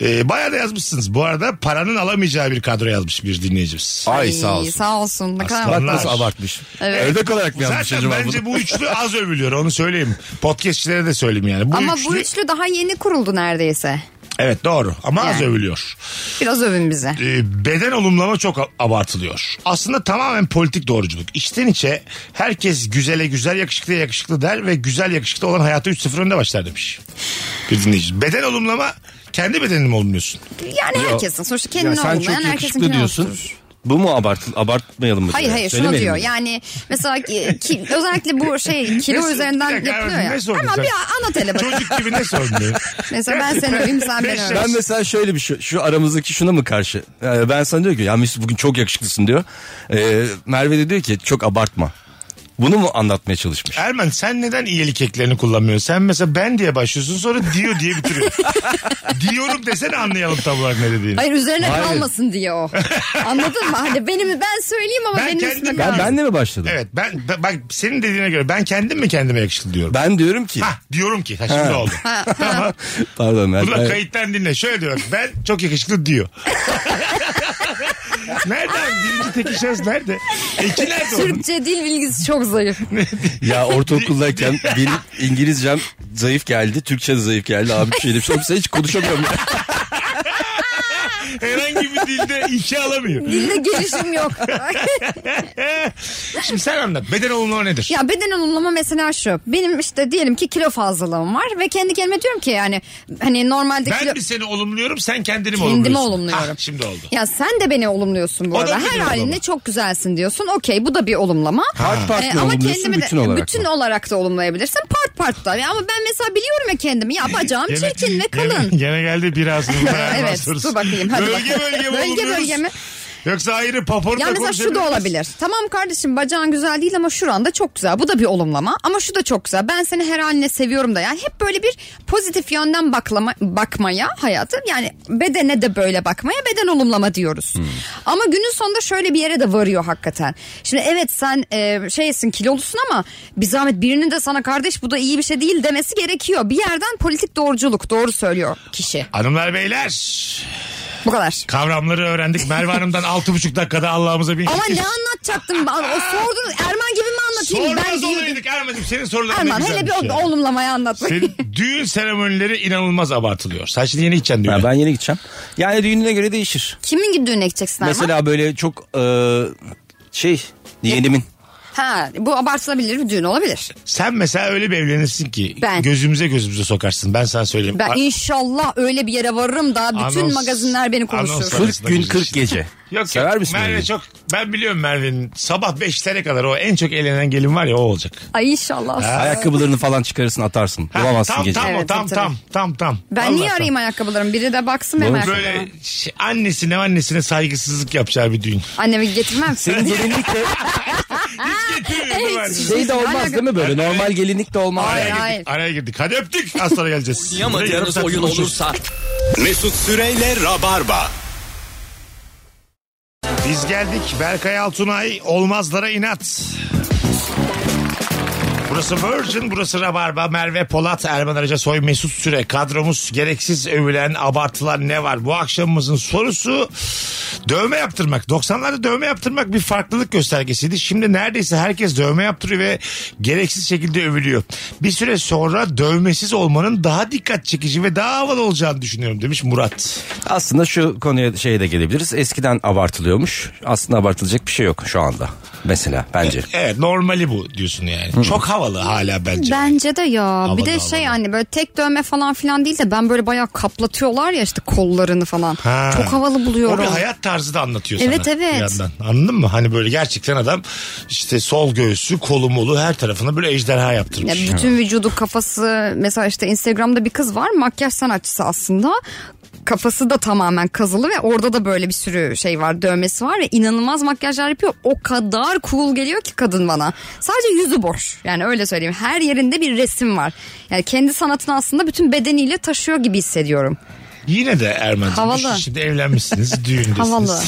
Ee, bayağı da yazmışsınız. Bu arada paranın alamayacağı bir kadro yazmış bir dinleyicimiz.
Ay sağ
İyi,
olsun.
Sağ olsun. Ne kadar
Aslan.
Bak
mutlu.
nasıl
Onlar-
abartmış.
Evet.
Ördek olarak mı yapmış
Zaten
acaba
bence
bunu?
bu üçlü az övülüyor onu söyleyeyim. Podcastçilere de söyleyeyim yani. Bu
Ama
üçlü,
bu üçlü daha yeni kuruldu neredeyse.
Evet doğru ama az
Yani.
övülüyor.
Biraz övün bizi.
e, beden olumlama çok a- abartılıyor. Aslında tamamen politik doğruculuk. İçten içe herkes güzele güzel yakışıklıya yakışıklı der ve güzel yakışıklı olan hayata 3-0 önde başlar demiş. Bir dinleyici. Beden olumlama kendi bedenini mi olumluyorsun?
Yani herkesin. Sonuçta
Ya
kendine
sen
olmayan
çok
herkesin
yakışıklı
kendine
diyorsun. Bu mu abartıl abartmayalım mı?
Hayır
diyor?
hayır şunu
Söylemeyelim
diyor
mi?
yani mesela ki, ki- özellikle bu şey kilo
Ne-
üzerinden
Bir dakika,
yapılıyor ya.
şey
ne sordun
Ama
sen?
bir anlat hele bak.
Çocuk gibi ne sorun
Mesela ben seni öveyim sen beni
Beş
öv.
Ben mesela şöyle bir şu, şu aramızdaki şuna mı karşı? Ee, ben sana diyor ki ya Mesut bugün çok yakışıklısın diyor. Ee, Merve de diyor ki çok abartma. Bunu mu anlatmaya çalışmış?
Erman sen neden iyilik eklerini kullanmıyorsun? Sen mesela ben diye başlıyorsun sonra diyor diye bitiriyorsun. Diyorum desene anlayalım tam olarak ne dediğini.
Hayır üzerine
Hayır.
kalmasın diye o. Anladın mı? Hani benim ben söyleyeyim ama
Ben
benim
kendim-
üstüme
Ben,
kalmasın.
ben de mi başladım?
Evet ben ben- bak senin dediğine göre ben kendim mi kendime yakışıklı diyorum.
Ben diyorum ki.
Ha diyorum ki ha, şimdi oldu.
Pardon. ben-
Bunu da
evet.
kayıttan dinle. Şöyle diyor. bak, Ben çok yakışıklı diyor. Nereden? Birinci teki şahıs nerede? İki nerede onun?
Türkçe dil bilgisi çok zayıf.
Ya ortaokuldayken benim İngilizcem zayıf geldi. Türkçe de zayıf geldi. Abi bir şey demiş. Oğlum sen hiç konuşamıyorum.
Herhangi bir dilde iki alamıyor.
Dilde gelişim yok.
Şimdi sen anlat. Beden olumluluğu nedir?
ya beden olumlama mesela şu. Benim işte diyelim ki kilo fazlalığım var ve kendi kendime diyorum ki yani hani normalde
ben
kilo...
mi seni olumluyorum sen kendini mi
Kendimi
olumluyorsun?
olumluyorum.
Ah, şimdi oldu.
Ya sen de beni olumluyorsun bu
O da
arada.
bir
Her
olumlama.
halinde çok güzelsin diyorsun. Okey bu da bir olumlama.
Part part
Ee,
mı olumluyorsun
kendimi de-
bütün olarak
bütün
mı?
olarak da olumlayabilirsin. Part part da. Ya ama ben mesela biliyorum ya kendimi. Ya bacağım çirkin ve kalın.
Gene, gene geldi biraz.
evet dur bakayım. Hadi
bölge
bakalım.
bölge mi
bölge
olumluyoruz?
bölge mi?
Yoksa ayrı paporla
Ya mesela şu da olabilir. Tamam kardeşim bacağın güzel değil ama şuran da çok güzel. Bu da bir olumlama ama şu da çok güzel. Ben seni her haline seviyorum da. Yani hep böyle bir pozitif yönden baklama, bakmaya hayatı. Yani bedene de böyle bakmaya beden olumlama diyoruz. Ama günün sonunda şöyle bir yere de varıyor hakikaten. Şimdi evet sen e, şeysin kilolusun ama bir zahmet birinin de sana kardeş bu da iyi bir şey değil demesi gerekiyor. Bir yerden politik doğruculuk doğru söylüyor kişi.
Hanımlar beyler
Bu kadar.
kavramları öğrendik. Merve Hanım'dan 6,5 dakikada Allah'ımıza bin.
Ama ne anlatacaktım? ben? O sordunuz. Erman gibi mi anlatayım? ben
Sormaz
diyordum.
olaydık Erman'cığım senin soruların
Erman
ne güzel
hele bir o- olumlamayı anlat.
Senin düğün seremonileri inanılmaz abartılıyor. Sen şimdi yeni gideceksin düğüne.
Ha, ben yeni gideceğim. Yani düğününe göre değişir.
Kimin gibi düğüne gideceksin Erman?
Mesela böyle çok e, şey yeğenimin.
Ha, bu abartılabilir bir düğün olabilir.
Sen mesela öyle bir evlenirsin ki
Ben.
gözümüze gözümüze sokarsın. Ben sana söyleyeyim.
Ben
A-
inşallah öyle bir yere varırım daha bütün
Anons-
magazinler beni
anons
konuşur.
var.
40 gün 40 gece.
Yok
Sever
yok.
misin
Merve
öyle?
çok ben biliyorum Merve'nin sabah 5'lere kadar o en çok eğlenen gelin var ya o olacak.
Ay inşallah.
Ayakkabılarını falan çıkarsın atarsın.
Ha,
Bulamazsın
tam,
gece.
Tam, o,
Evet,
tam,
tabii,
tam tam tam.
ben
Vallahi
niye
tam.
arayayım ayakkabılarımı? Biri de baksın benim ayakkabılarıma.
Böyle şey, annesine annesine saygısızlık yapacağı bir düğün.
Annemi getirmem.
Senin gelinlik de
Hiç getirmiyor değil mi Merve?
şey de olmaz değil mi böyle? Normal gelinlik de olmaz.
Araya
Hayır,
girdik.
hayır.
Araya girdik. Hadi öptük. Az sonra geleceğiz. Buraya yarım
Yamadığınız
saat
oyun
konuşuruz.
olursa
Mesut Süreyle Rabarba.
Biz geldik. Berkay Altunay olmazlara inat. Burası Virgin, burası Rabarba, Merve Polat, Erman Arıca Soy, Mesut Süre. Kadromuz gereksiz övülen, abartılan ne var? Bu akşamımızın sorusu dövme yaptırmak. 90'larda dövme yaptırmak bir farklılık göstergesiydi. Şimdi neredeyse herkes dövme yaptırıyor ve gereksiz şekilde övülüyor. Bir süre sonra dövmesiz olmanın daha dikkat çekici ve daha havalı olacağını düşünüyorum demiş Murat.
Aslında şu konuya şeye de gelebiliriz. Eskiden abartılıyormuş. Aslında abartılacak bir şey yok şu anda. Mesela bence.
Evet normali bu diyorsun yani. Çok havalı hala bence.
Bence de ya. bir de
Havalı,
şey
havalı.
hani böyle tek dövme falan filan değil de ben böyle bayağı kaplatıyorlar ya işte kollarını falan.
Ha.
Çok havalı
O bir
buluyorum.
hayat tarzı da anlatıyor
Evet,
sana.
evet.
bir yandan. Anladın mı? Hani böyle gerçekten adam işte sol göğsü, kolu molu her tarafına böyle ejderha yaptırmış.
Ya bütün vücudu kafası mesela işte Instagram'da bir kız var makyaj sanatçısı aslında kafası da tamamen kazılı ve orada da böyle bir sürü şey var dövmesi var ve inanılmaz makyajlar yapıyor. O kadar cool geliyor ki kadın bana. Sadece yüzü boş yani öyle söyleyeyim her yerinde bir resim var. Yani kendi sanatını aslında bütün bedeniyle taşıyor gibi hissediyorum.
Yine de Erman'cığım
Havalı.
düşün şimdi evlenmişsiniz, düğündesiniz.
Havalı.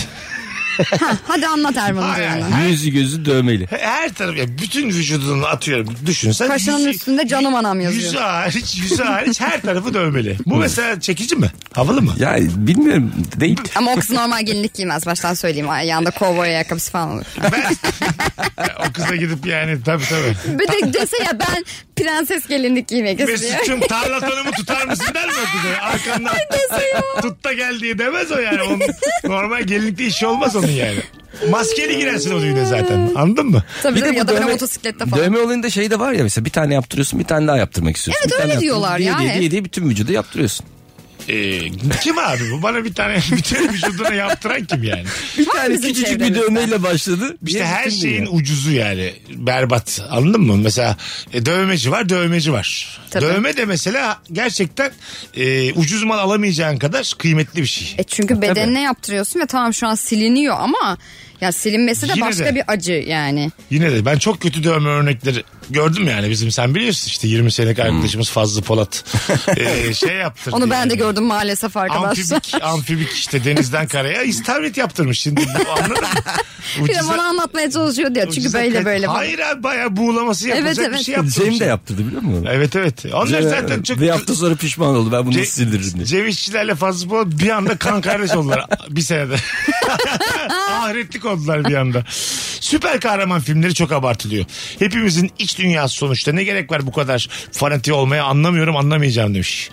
Ha, hadi anlat Erman'ı
Hayır,
yani.
Yüzü gözü dövmeli.
Her tarafı ya bütün vücudunu atıyorum düşünsen.
Kaşının
yüzü-
üstünde canım anam yazıyor.
Yüzü hariç, yüzü hariç her tarafı dövmeli. Bu mesela çekici mi? Havalı mı?
Ya bilmiyorum değil.
Ama o kız normal gelinlik giymez baştan söyleyeyim. Yanında kovboy ayakkabısı falan olur.
o kıza gidip yani tabii tabii.
Bir de dese ya ben prenses gelinlik giymek istiyorum.
Mesut'cum tarla tanımı tutar mısın der mi o kıza? Arkandan tut da gel diye demez o yani. Onun, normal gelinlikte işi olmaz onun yani. Maskeli girersin o düğüne zaten. Anladın mı?
Tabii
bu
tabii ya da böyle
dövme-
motosiklette falan.
Dövme olayında şey de var ya mesela bir tane yaptırıyorsun bir tane daha yaptırmak istiyorsun.
Evet,
bir tane
öyle
yaptırıyorsun,
diyorlar
diye,
ya,
Diye,
hep.
diye, diye bütün vücudu yaptırıyorsun.
Ee, kim abi bu? Bana bir tane bütün vücuduna yaptıran kim yani?
Bir
Var
tane
bizim
küçücük bir
çevremizde.
dövmeyle başladı.
İşte
diye
her
bütün
şeyin
dünya.
ucuzu yani. Berbat. Anladın mı? Mesela e, dövmeci var, dövmeci var.
Tabii.
Dövme de mesela gerçekten e, ucuz mal alamayacağın kadar kıymetli bir şey.
E çünkü bedenine yaptırıyorsun ve tamam şu an siliniyor ama Ya silinmesi de
Yine
başka
de.
bir acı yani.
Yine de ben çok kötü dövme örnekleri gördüm yani bizim sen biliyorsun işte 20
Hmm.
senelik arkadaşımız Fazlı Polat Ee, şey yaptırdı.
Onu ben de
yani.
gördüm maalesef arkadaşlar.
Amfibik, amfibik işte denizden karaya istavrit yaptırmış şimdi bu anladın mı?
Bir de
Ucuza-
bana anlatmaya çalışıyor diyor. Çünkü
ucuza
böyle
kaç-
böyle. falan.
Hayır abi bayağı buğulaması yapılacak
Evet,
bir
evet.
şey yaptırmış.
Cem de
ya.
yaptırdı biliyor musun?
Evet evet. Onlar
Cem-
zaten çok...
Bir hafta sonra pişman oldu ben bunu
Ce-
nasıl sildiririm diye.
Cevizçilerle Fazlı Polat bir anda kan kardeş oldular bir senede. Ahretlik oldular bir anda. Süper kahraman filmleri çok abartılıyor. Hepimizin iç dünyası sonuçta. Ne gerek var bu kadar fanatik olmaya anlamıyorum anlamayacağım demiş.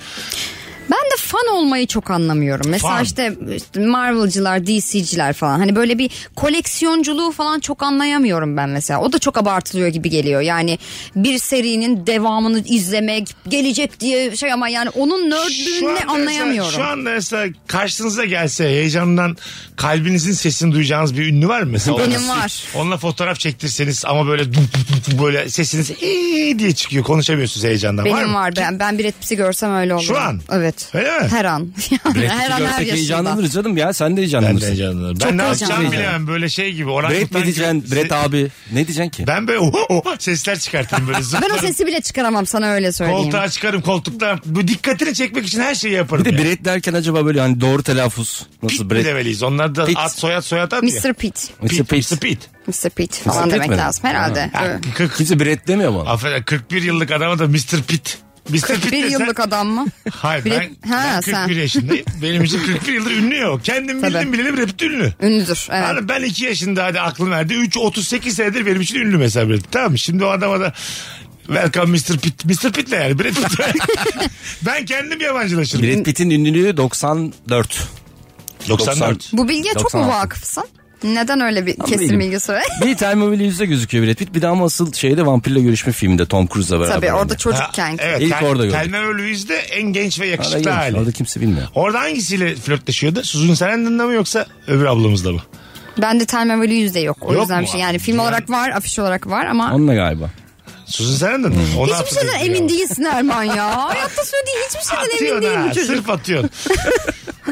Ben de fan olmayı çok anlamıyorum. Mesela
Fan.
işte işte Marvel'cılar, DC'ciler falan. Hani böyle bir koleksiyonculuğu falan çok anlayamıyorum ben mesela. O da çok abartılıyor gibi geliyor. Yani bir serinin devamını izlemek, gelecek diye şey ama yani onun
Şu
nerdlüğünü
anda
anlayamıyorum.
Mesela, şu anda mesela karşınıza gelse heyecandan kalbinizin sesini duyacağınız bir ünlü var mı? Mesela
Benim
onunla-
var.
Onunla fotoğraf çektirseniz ama böyle dum dum dum dum böyle sesiniz "Ee" diye çıkıyor. Konuşamıyorsunuz heyecandan.
Benim
var
var.
mı?
Ben, ben bir etkisi görsem öyle olur.
Şu an?
Evet.
Öyle mi?
Her an.
Brad
her
Pitt'i
an her
görsek
yaşında.
heyecanlanırız canım ya sen de
Ben de
heyecanlanırsın.
heyecanlanırım.
Çok
Ben ne yapacağım
heyecanlanırım.
bilemem böyle şey gibi. Orhan
Brad
Tutan
ne diyeceksin?
gibi.
Brad abi ne diyeceksin ki?
Ben böyle oha oha sesler çıkartırım böyle
Ben o
zıplarım.
sesi bile çıkaramam sana öyle söyleyeyim.
Koltuğa çıkarım koltuktan. Bu dikkatini çekmek için her şeyi yaparım.
Bir de
yani.
Brad derken acaba böyle hani doğru telaffuz nasıl
Pit
Brad?
mi demeliyiz? Onlar da
Pit.
ad soyad soyad ad ya.
Mr. Pitt.
Mr. Pete.
Mr. Pit.
Mr. Pitt falan
Pitt
demek
mi?
lazım herhalde. Evet.
Kimse Brad demiyor mu? ona?
Affedersin 41 yıllık adama da Mr. Pit. Mr. Pit
Bir
desen-
yıllık adam mı?
Hayır
Bir-
ben,
Ha,
ben 41
sen.
yaşındayım. Benim için 41 yıldır ünlü ya o. Kendim
Tabii.
bildim bileli Brad Pitt ünlü.
Ünlüdür. Evet.
Yani ben 2 yaşında hadi aklım verdi. 3 38 senedir benim için ünlü mesela Brad Pitt. Tamam mı? Şimdi o adama da Welcome Mr. Pitt. Mr. Pitt'le yani Brad Pitt. ben kendim yabancılaşırım.
Brad Pitt'in ünlülüğü 94.
94.
Bu bilgiye çok mu
96?
vakıfsın? Neden öyle bir kesin
değilim.
bilgi söyle?
bir Time Movie'li yüzde gözüküyor Brad Pitt. Bir de ama asıl şeyde vampirle görüşme filminde Tom Cruise'la beraber.
Tabii orada
oynuyor.
çocukken.
Ha, evet,
İlk
Tel-
orada gördüm.
Telma Louise'de en genç ve
Arada
yakışıklı
gelmiş,
hali.
Orada kimse bilmiyor.
Orada hangisiyle flörtleşiyordu? Suzun Sarandon'la mı yoksa öbür ablamızla mı?
Ben de Time Valley yüzde yok. O
Yok
yüzden
mu
bir şey.
abi?
Yani film
Yani-
olarak var, afiş olarak var ama
Onunla galiba.
Suzun Sarandon mı? Onu
hiçbir
hatırlıyorum
şeyden
ya.
emin değilsin Erman ya. Hayatta söylediği hiçbir şeyden emin
Atıyorsun
değilim
ha,
bu çocuk.
Sırf atıyorsun.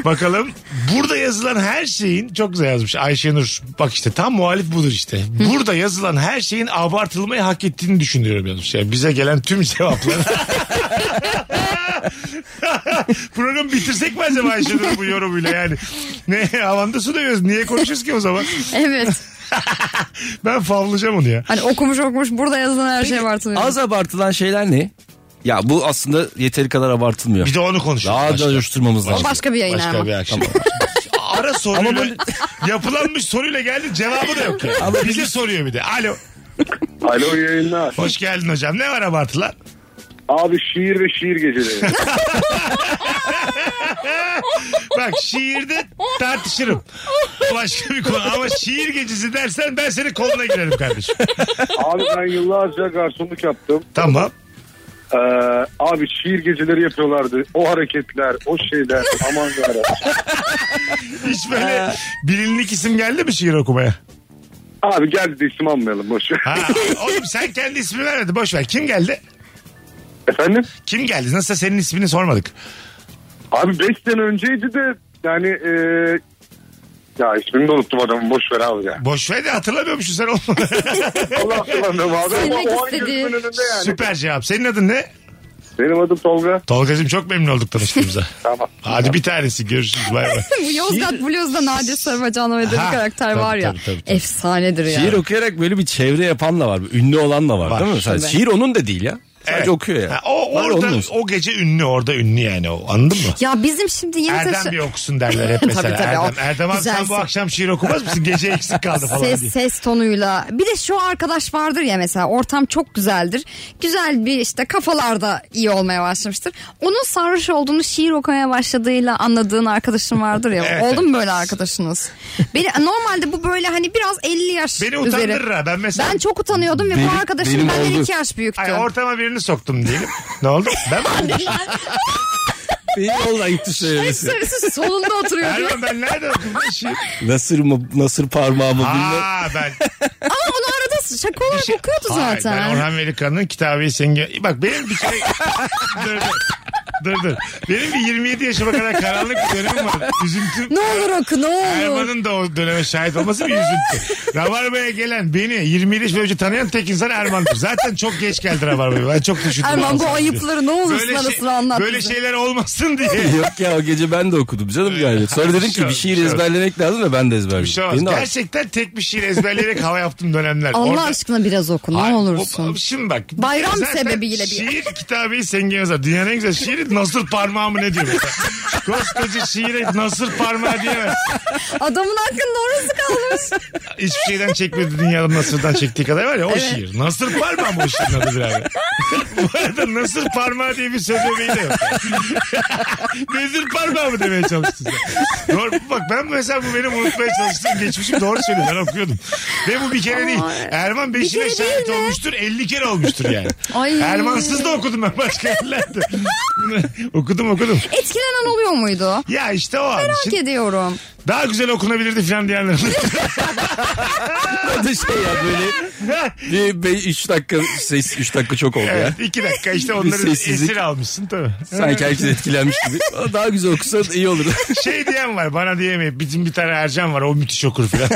Bakalım burada yazılan her şeyin çok güzel yazmış Ayşenur. Bak işte tam muhalif budur işte. Burada yazılan her şeyin abartılmayı hak ettiğini düşünüyorum yazmış. Yani bize gelen tüm cevapları. Programı bitirsek mi acaba Ayşenur bu yorumuyla yani? Ne havanda su dövüyoruz. Niye konuşuyoruz ki o zaman?
Evet.
Ben favlayacağım onu ya.
Hani okumuş okumuş burada yazılan her şey var. tabii.
Az abartılan şeyler ne? Ya bu aslında yeteri kadar abartılmıyor.
Bir de onu konuşuruz.
Daha
başka.
da coşturmamız lazım.
Başka bir yayın
Başka
Erman.
bir akşam. Ara soruyla
Ama böyle-
yapılanmış soruyla geldi cevabı da yok. Yani. Bize soruyor bir de. Alo.
Alo iyi yayınlar.
Hoş geldin hocam. Ne var abartılar?
Abi şiir ve şiir geceleri.
Bak şiirde tartışırım. Başka bir konu. Ama şiir gecesi dersen ben seni koluna girerim kardeşim.
abi ben yıllarca garsonluk yaptım.
Tamam.
Ee, abi şiir geceleri yapıyorlardı. O hareketler, o şeyler. Aman yarabbim.
Hiç böyle bilinlik isim geldi mi şiir okumaya?
Abi geldi de isim almayalım boş ver.
Ha, oğlum sen kendi ismini vermedin. Boş ver. Kim geldi?
Efendim?
Kim geldi? Nasılsa senin ismini sormadık.
Abi 5 sene önceydi de yani e, ya ismini de unuttum adamı boş ver abi ya.
Boş ver de hatırlamıyormuşsun sen oğlum.
Allah hatırlamıyorum abi. ama
Silmek
o an
istedi.
gözümün önünde yani.
Süper cevap. Senin adın ne?
Benim adım Tolga.
Tolgacığım çok memnun olduk tanıştığımıza.
Tamam.
Hadi bir tanesi görüşürüz bay bay.
Bu Yozgat Blues'da Nadir Sarıbacan'la ve bir
Ha,
karakter
tabii,
var ya.
tabii, tabii, tabii.
Efsanedir ya.
Şiir okuyarak böyle bir çevre yapan da var. Ünlü olan da var,
Var.
değil mi? Sadece
Tabii.
şiir onun da değil ya. Sadece
Evet.
okuyor ya.
Ha, o
Var
orada
onun olsun.
o gece ünlü orada ünlü yani o anladın mı?
Ya bizim şimdi yeni
Erdem
taşı...
bir okusun derler hep mesela.
Tabii, tabii, o
Erdem, Erdem abi sen
güzel
bu
ses.
akşam şiir okumaz mısın? Gece eksik kaldı falan diye.
ses, ses tonuyla. Bir de şu arkadaş vardır ya mesela ortam çok güzeldir. Güzel bir işte kafalarda iyi olmaya başlamıştır. Onun sarhoş olduğunu şiir okumaya başladığıyla anladığın arkadaşın vardır ya.
Evet,
Oldu
evet.
mu böyle arkadaşınız? Beni, normalde bu böyle hani biraz 50 yaş
Beni
üzeri.
utandırır ha ben mesela.
Ben çok utanıyordum ve
Benim-
bu arkadaşım
benim
benden
oldu.
2 yaş büyüktü.
Ay, ortama birini soktum diyelim. ne oldu? Ben mi?
Benim yoldan gitti söylemesi.
Servisi solunda oturuyordu.
Erman ben nerede okudum ben şiir?
Nasır mı, nasır parmağı mı bilmem.
Aa ben. şey-
Ama onu arada şaka olarak okuyordu
Hayır,
zaten.
ben Orhan Velikan'ın kitabı Sengi. Bak benim bir şey. Dur, dur. dur dur. Benim bir 27 yaşıma kadar karanlık bir dönemim var. Üzüntüm.
Ne olur oku ne olur.
Erman'ın da o döneme şahit olması bir üzüntü. Rabarba'ya gelen beni 27 yaşından önce tanıyan tek insan Erman'dır. Zaten çok geç geldi Rabarba'ya. Ben çok düşündüm.
Erman bu ayıpları ne olursun
şey-
ara sıra anlat.
Böyle
bize.
şeyler olmasın diye.
Yok ya o gece ben de okudum canım yani. Sonra dedim ki bir şiir ezberlemek lazım da ben de ezberledim.
Bir şey olmaz.
Benim de var.
Gerçekten tek bir şiir ezberleyerek hava yaptım dönemler.
Allah
Orada-
aşkına biraz oku ne
Ay,
olursun.
o- şimdi bak.
Bayram
zaten
sebebiyle bir-
Şiir kitabeyi Sengi yazar. Dünyanın en güzel şiiri nasır parmağı mı ne diyor? mesela? Koskoca şiire nasır parmağı diyemez. şey-
Adamın hakkında orası kalmış.
Hiçbir şeyden çekmedi dünyanın nasırdan çektiği kadar var ya o şiir. Nasır parmağı mı o şiirin adı birader? Bu arada nasır parmağı diye bir söz öbeği de yok. Nezir parmağı mı demeye çalıştın sen? Doğru bak ben mesela bu benim unutmaya çalıştığım geçmişim doğru söylüyor ben okuyordum. Ve bu bir kere değil. Erman
bir
Beşik'e
kere değil
şahit
mi?
olmuştur 50 kere olmuştur yani.
Ay.
Ermansız da okudum ben başka yerlerde. okudum okudum.
Etkilenen oluyor muydu?
Ya işte o an.
Merak
Şimdi
ediyorum.
daha güzel okunabilirdi falan diyenler.
O da şey ya böyle bir 3 dakika ses 3 dakika çok oldu ya.
evet, iki dakika işte onları
sessizlik.
esir almışsın tabii.
Sanki herkes etkilenmiş gibi. Aa, Daha güzel okusa iyi olur.
Şey diyen var bana diyemeyip bizim bir tane Ercan var o müthiş okur falan.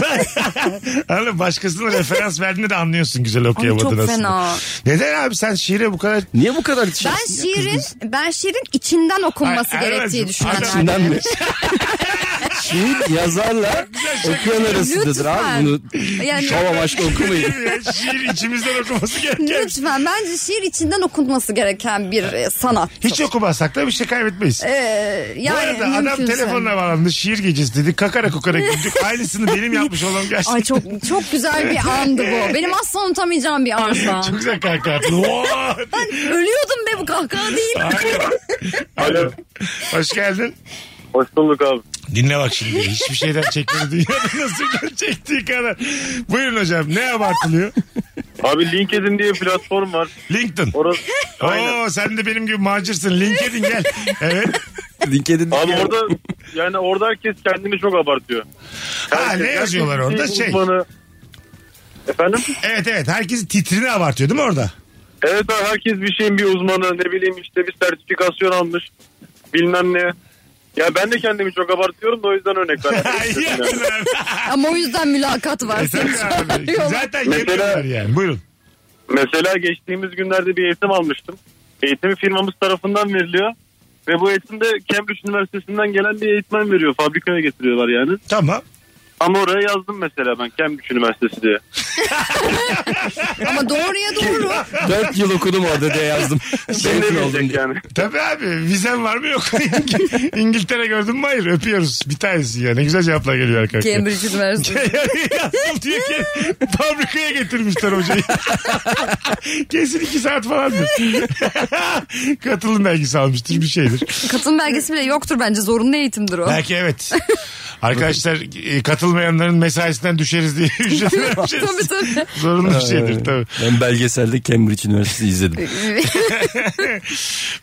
Anladın mı? Başkasına referans verdiğinde de anlıyorsun güzel okuyamadın
çok
aslında.
fena.
Neden abi sen şiire bu kadar...
Niye bu kadar
Ben şiirin ben şiirin içinden okunması
Ay, Erman'cığım,
gerektiği düşünenlerdenim.
İçinden mi? Şiir yazarla okuyan arasındadır
Lütfen.
abi. Bunu
Yani-
şov amaçlı okumayın.
Ya şiir içimizden okuması gereken. şey.
Lütfen bence şiir içinden okunması gereken bir e, sanat.
Hiç okumasak da bir şey kaybetmeyiz.
Ee, yani
bu arada adam
mümkünse.
telefonla bağlandı şiir gecesi dedi kakara kukara güldük. Aynısını benim yapmış olan gerçekten.
Ay çok çok güzel bir andı bu. Benim asla unutamayacağım bir an şu an.
Çok güzel kahkaha attı. Oo!
Ölüyordum be bu kahkaha değil.
Alo. Hoş geldin.
Hoş bulduk abi.
Dinle bak şimdi. Hiçbir şeyden çekmedi dünyada nasıl çektiği kadar. Buyurun hocam ne abartılıyor?
Abi LinkedIn diye platform var.
LinkedIn.
Orası... Aynen.
Oo sen de benim gibi macırsın. LinkedIn gel. Evet.
LinkedIn'de
Abi orada yani orada herkes kendini çok abartıyor.
Ha ne
herkes
yazıyorlar
bir
orada?
şey
Şey.
uzmanı. Efendim?
Evet evet. Herkesin titrini abartıyor değil mi orada?
Evet abi herkes bir şeyin bir uzmanı ne bileyim işte bir sertifikasyon almış bilmem ne. Ya ben de kendimi çok abartıyorum da o yüzden örnek
Ay,
verdim.
ya.
Yani.
Ama o yüzden mülakat var.
E, tabii
Seni
abi.
çağırıyorlar.
Zaten
Mesela-
yapıyorlar yani. Buyurun.
Mesela geçtiğimiz günlerde bir eğitim almıştım. Eğitimi firmamız tarafından veriliyor. Ve bu eğitimde Cambridge Üniversitesi'nden gelen bir eğitmen veriyor. Fabrikaya getiriyorlar yani.
Tamam.
Ama oraya yazdım mesela ben Cambridge Üniversitesi diye.
Ama doğruya doğru.
4 yıl okudum orada diye yazdım. Mezun oldum
Demeyecek
diye.
yani.
Tabii abi. Vizen var mı yok? mu? İngil- İngiltere gördün mü? Hayır. Öpüyoruz. Bir tanesi ya. Ne güzel cevaplar geliyor arkadaşlar.
Cambridge Üniversitesi.
Yazdım diye ki fabrikaya getirmişler hocayı. Kesin iki saat falandır. Katılım belgesi almıştır bir şeydir.
Katılım belgesi bile yoktur bence. Zorunlu eğitimdir o.
Belki evet. Arkadaşlar e, katılmayanların mesaisinden düşeriz diye ücret
tabii
vereceğiz.
tabii.
Zorunlu bir şeydir tabii.
Ben belgeselde Cambridge Üniversitesi izledim.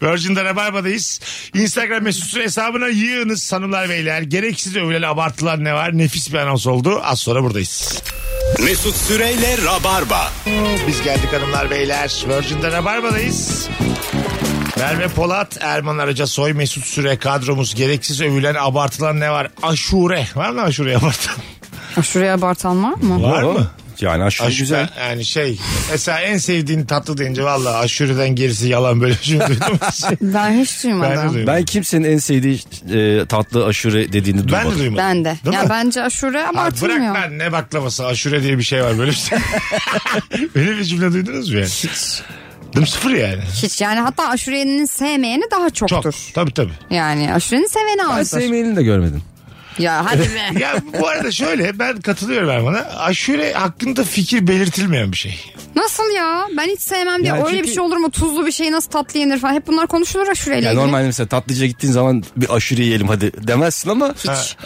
Virgin'de Rabarba'dayız. Instagram mesut süre hesabına yığınız hanımlar beyler. Gereksiz övülen abartılan ne var? Nefis bir anons oldu. Az sonra buradayız.
Mesut Süreyle Rabarba.
Biz geldik hanımlar beyler. Virgin'de Rabarba'dayız. Merve Polat, Erman Araca Soy, Mesut Süre kadromuz. Gereksiz övülen abartılan ne var? Aşure. Var mı aşure abartılan?
Şuraya abartan var mı?
Var mı?
Yani aşırı
Aşure,
güzel.
Yani şey mesela en sevdiğin tatlı deyince valla aşureden gerisi yalan böyle bir şey duydum.
Ben hiç
ben de
duymadım.
duymadım.
Ben kimsenin en sevdiği e, tatlı aşure dediğini
Ben de
duymadım.
duymadım.
Ben de.
Değil
ya
mi?
bence aşure
Ha, bırak
abartılmıyor.
lan ne baklavası aşure diye bir şey var böyle bir şey. Öyle bir cümle duydunuz mu yani?
Hiç.
Değil mi? Sıfır yani.
Hiç yani hatta aşurenin sevmeyeni daha
Çok.
çoktur.
Tabii tabii.
Yani aşurenin seveni
Ben
azdır.
sevmeyeni de görmedim.
Ya hadi be.
Ya bu arada şöyle ben katılıyorum Erman'a. Aşure hakkında fikir belirtilmeyen bir şey.
Nasıl ya? Ben hiç sevmem diye.
Ya
Öyle
çünkü-
bir şey olur mu? Tuzlu bir şey nasıl tatlı yenir falan. Hep bunlar konuşulur aşureyle
Ya
ilgili.
normalde mesela tatlıcıya gittiğin zaman bir aşure yiyelim hadi demezsin ama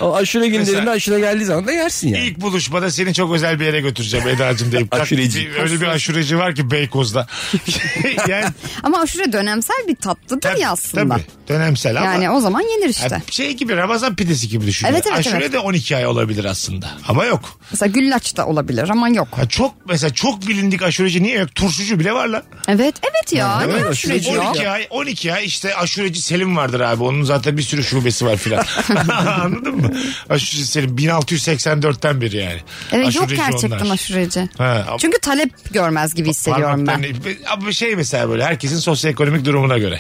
o aşure günlerinde
Mesela-
aşure geldiği zaman da yersin yani.
İlk buluşmada seni çok özel bir yere götüreceğim Eda'cığım deyip. tak-
Aşureci.
Öyle bir aşureci var ki Beykoz'da. yani
Ama aşure dönemsel bir tatlıdır
tabii,
ya aslında.
tabii, dönemsel ama.
Yani o zaman yenir işte.
Ya şey gibi Ramazan pidesi gibi düşün.
Evet, Evet, evet,
aşure
evet.
de 12 ay olabilir aslında. Ama yok.
Mesela güllaç da olabilir ama yok.
Ha çok mesela çok bilindik aşureci niye yok? Turşucu bile var lan.
Evet evet ya.
değil
Ne
mi?
aşureci yok?
12 ay 12 ay işte aşureci Selim vardır abi. Onun zaten bir sürü şubesi var filan. Anladın mı? Aşureci Selim 1684'ten beri yani.
Evet yok
Aşureci
gerçekten
onlar.
aşureci.
Ha, ama-
Çünkü talep görmez gibi hissediyorum ben.
Parmaklarını- Ama şey mesela böyle herkesin sosyoekonomik durumuna göre.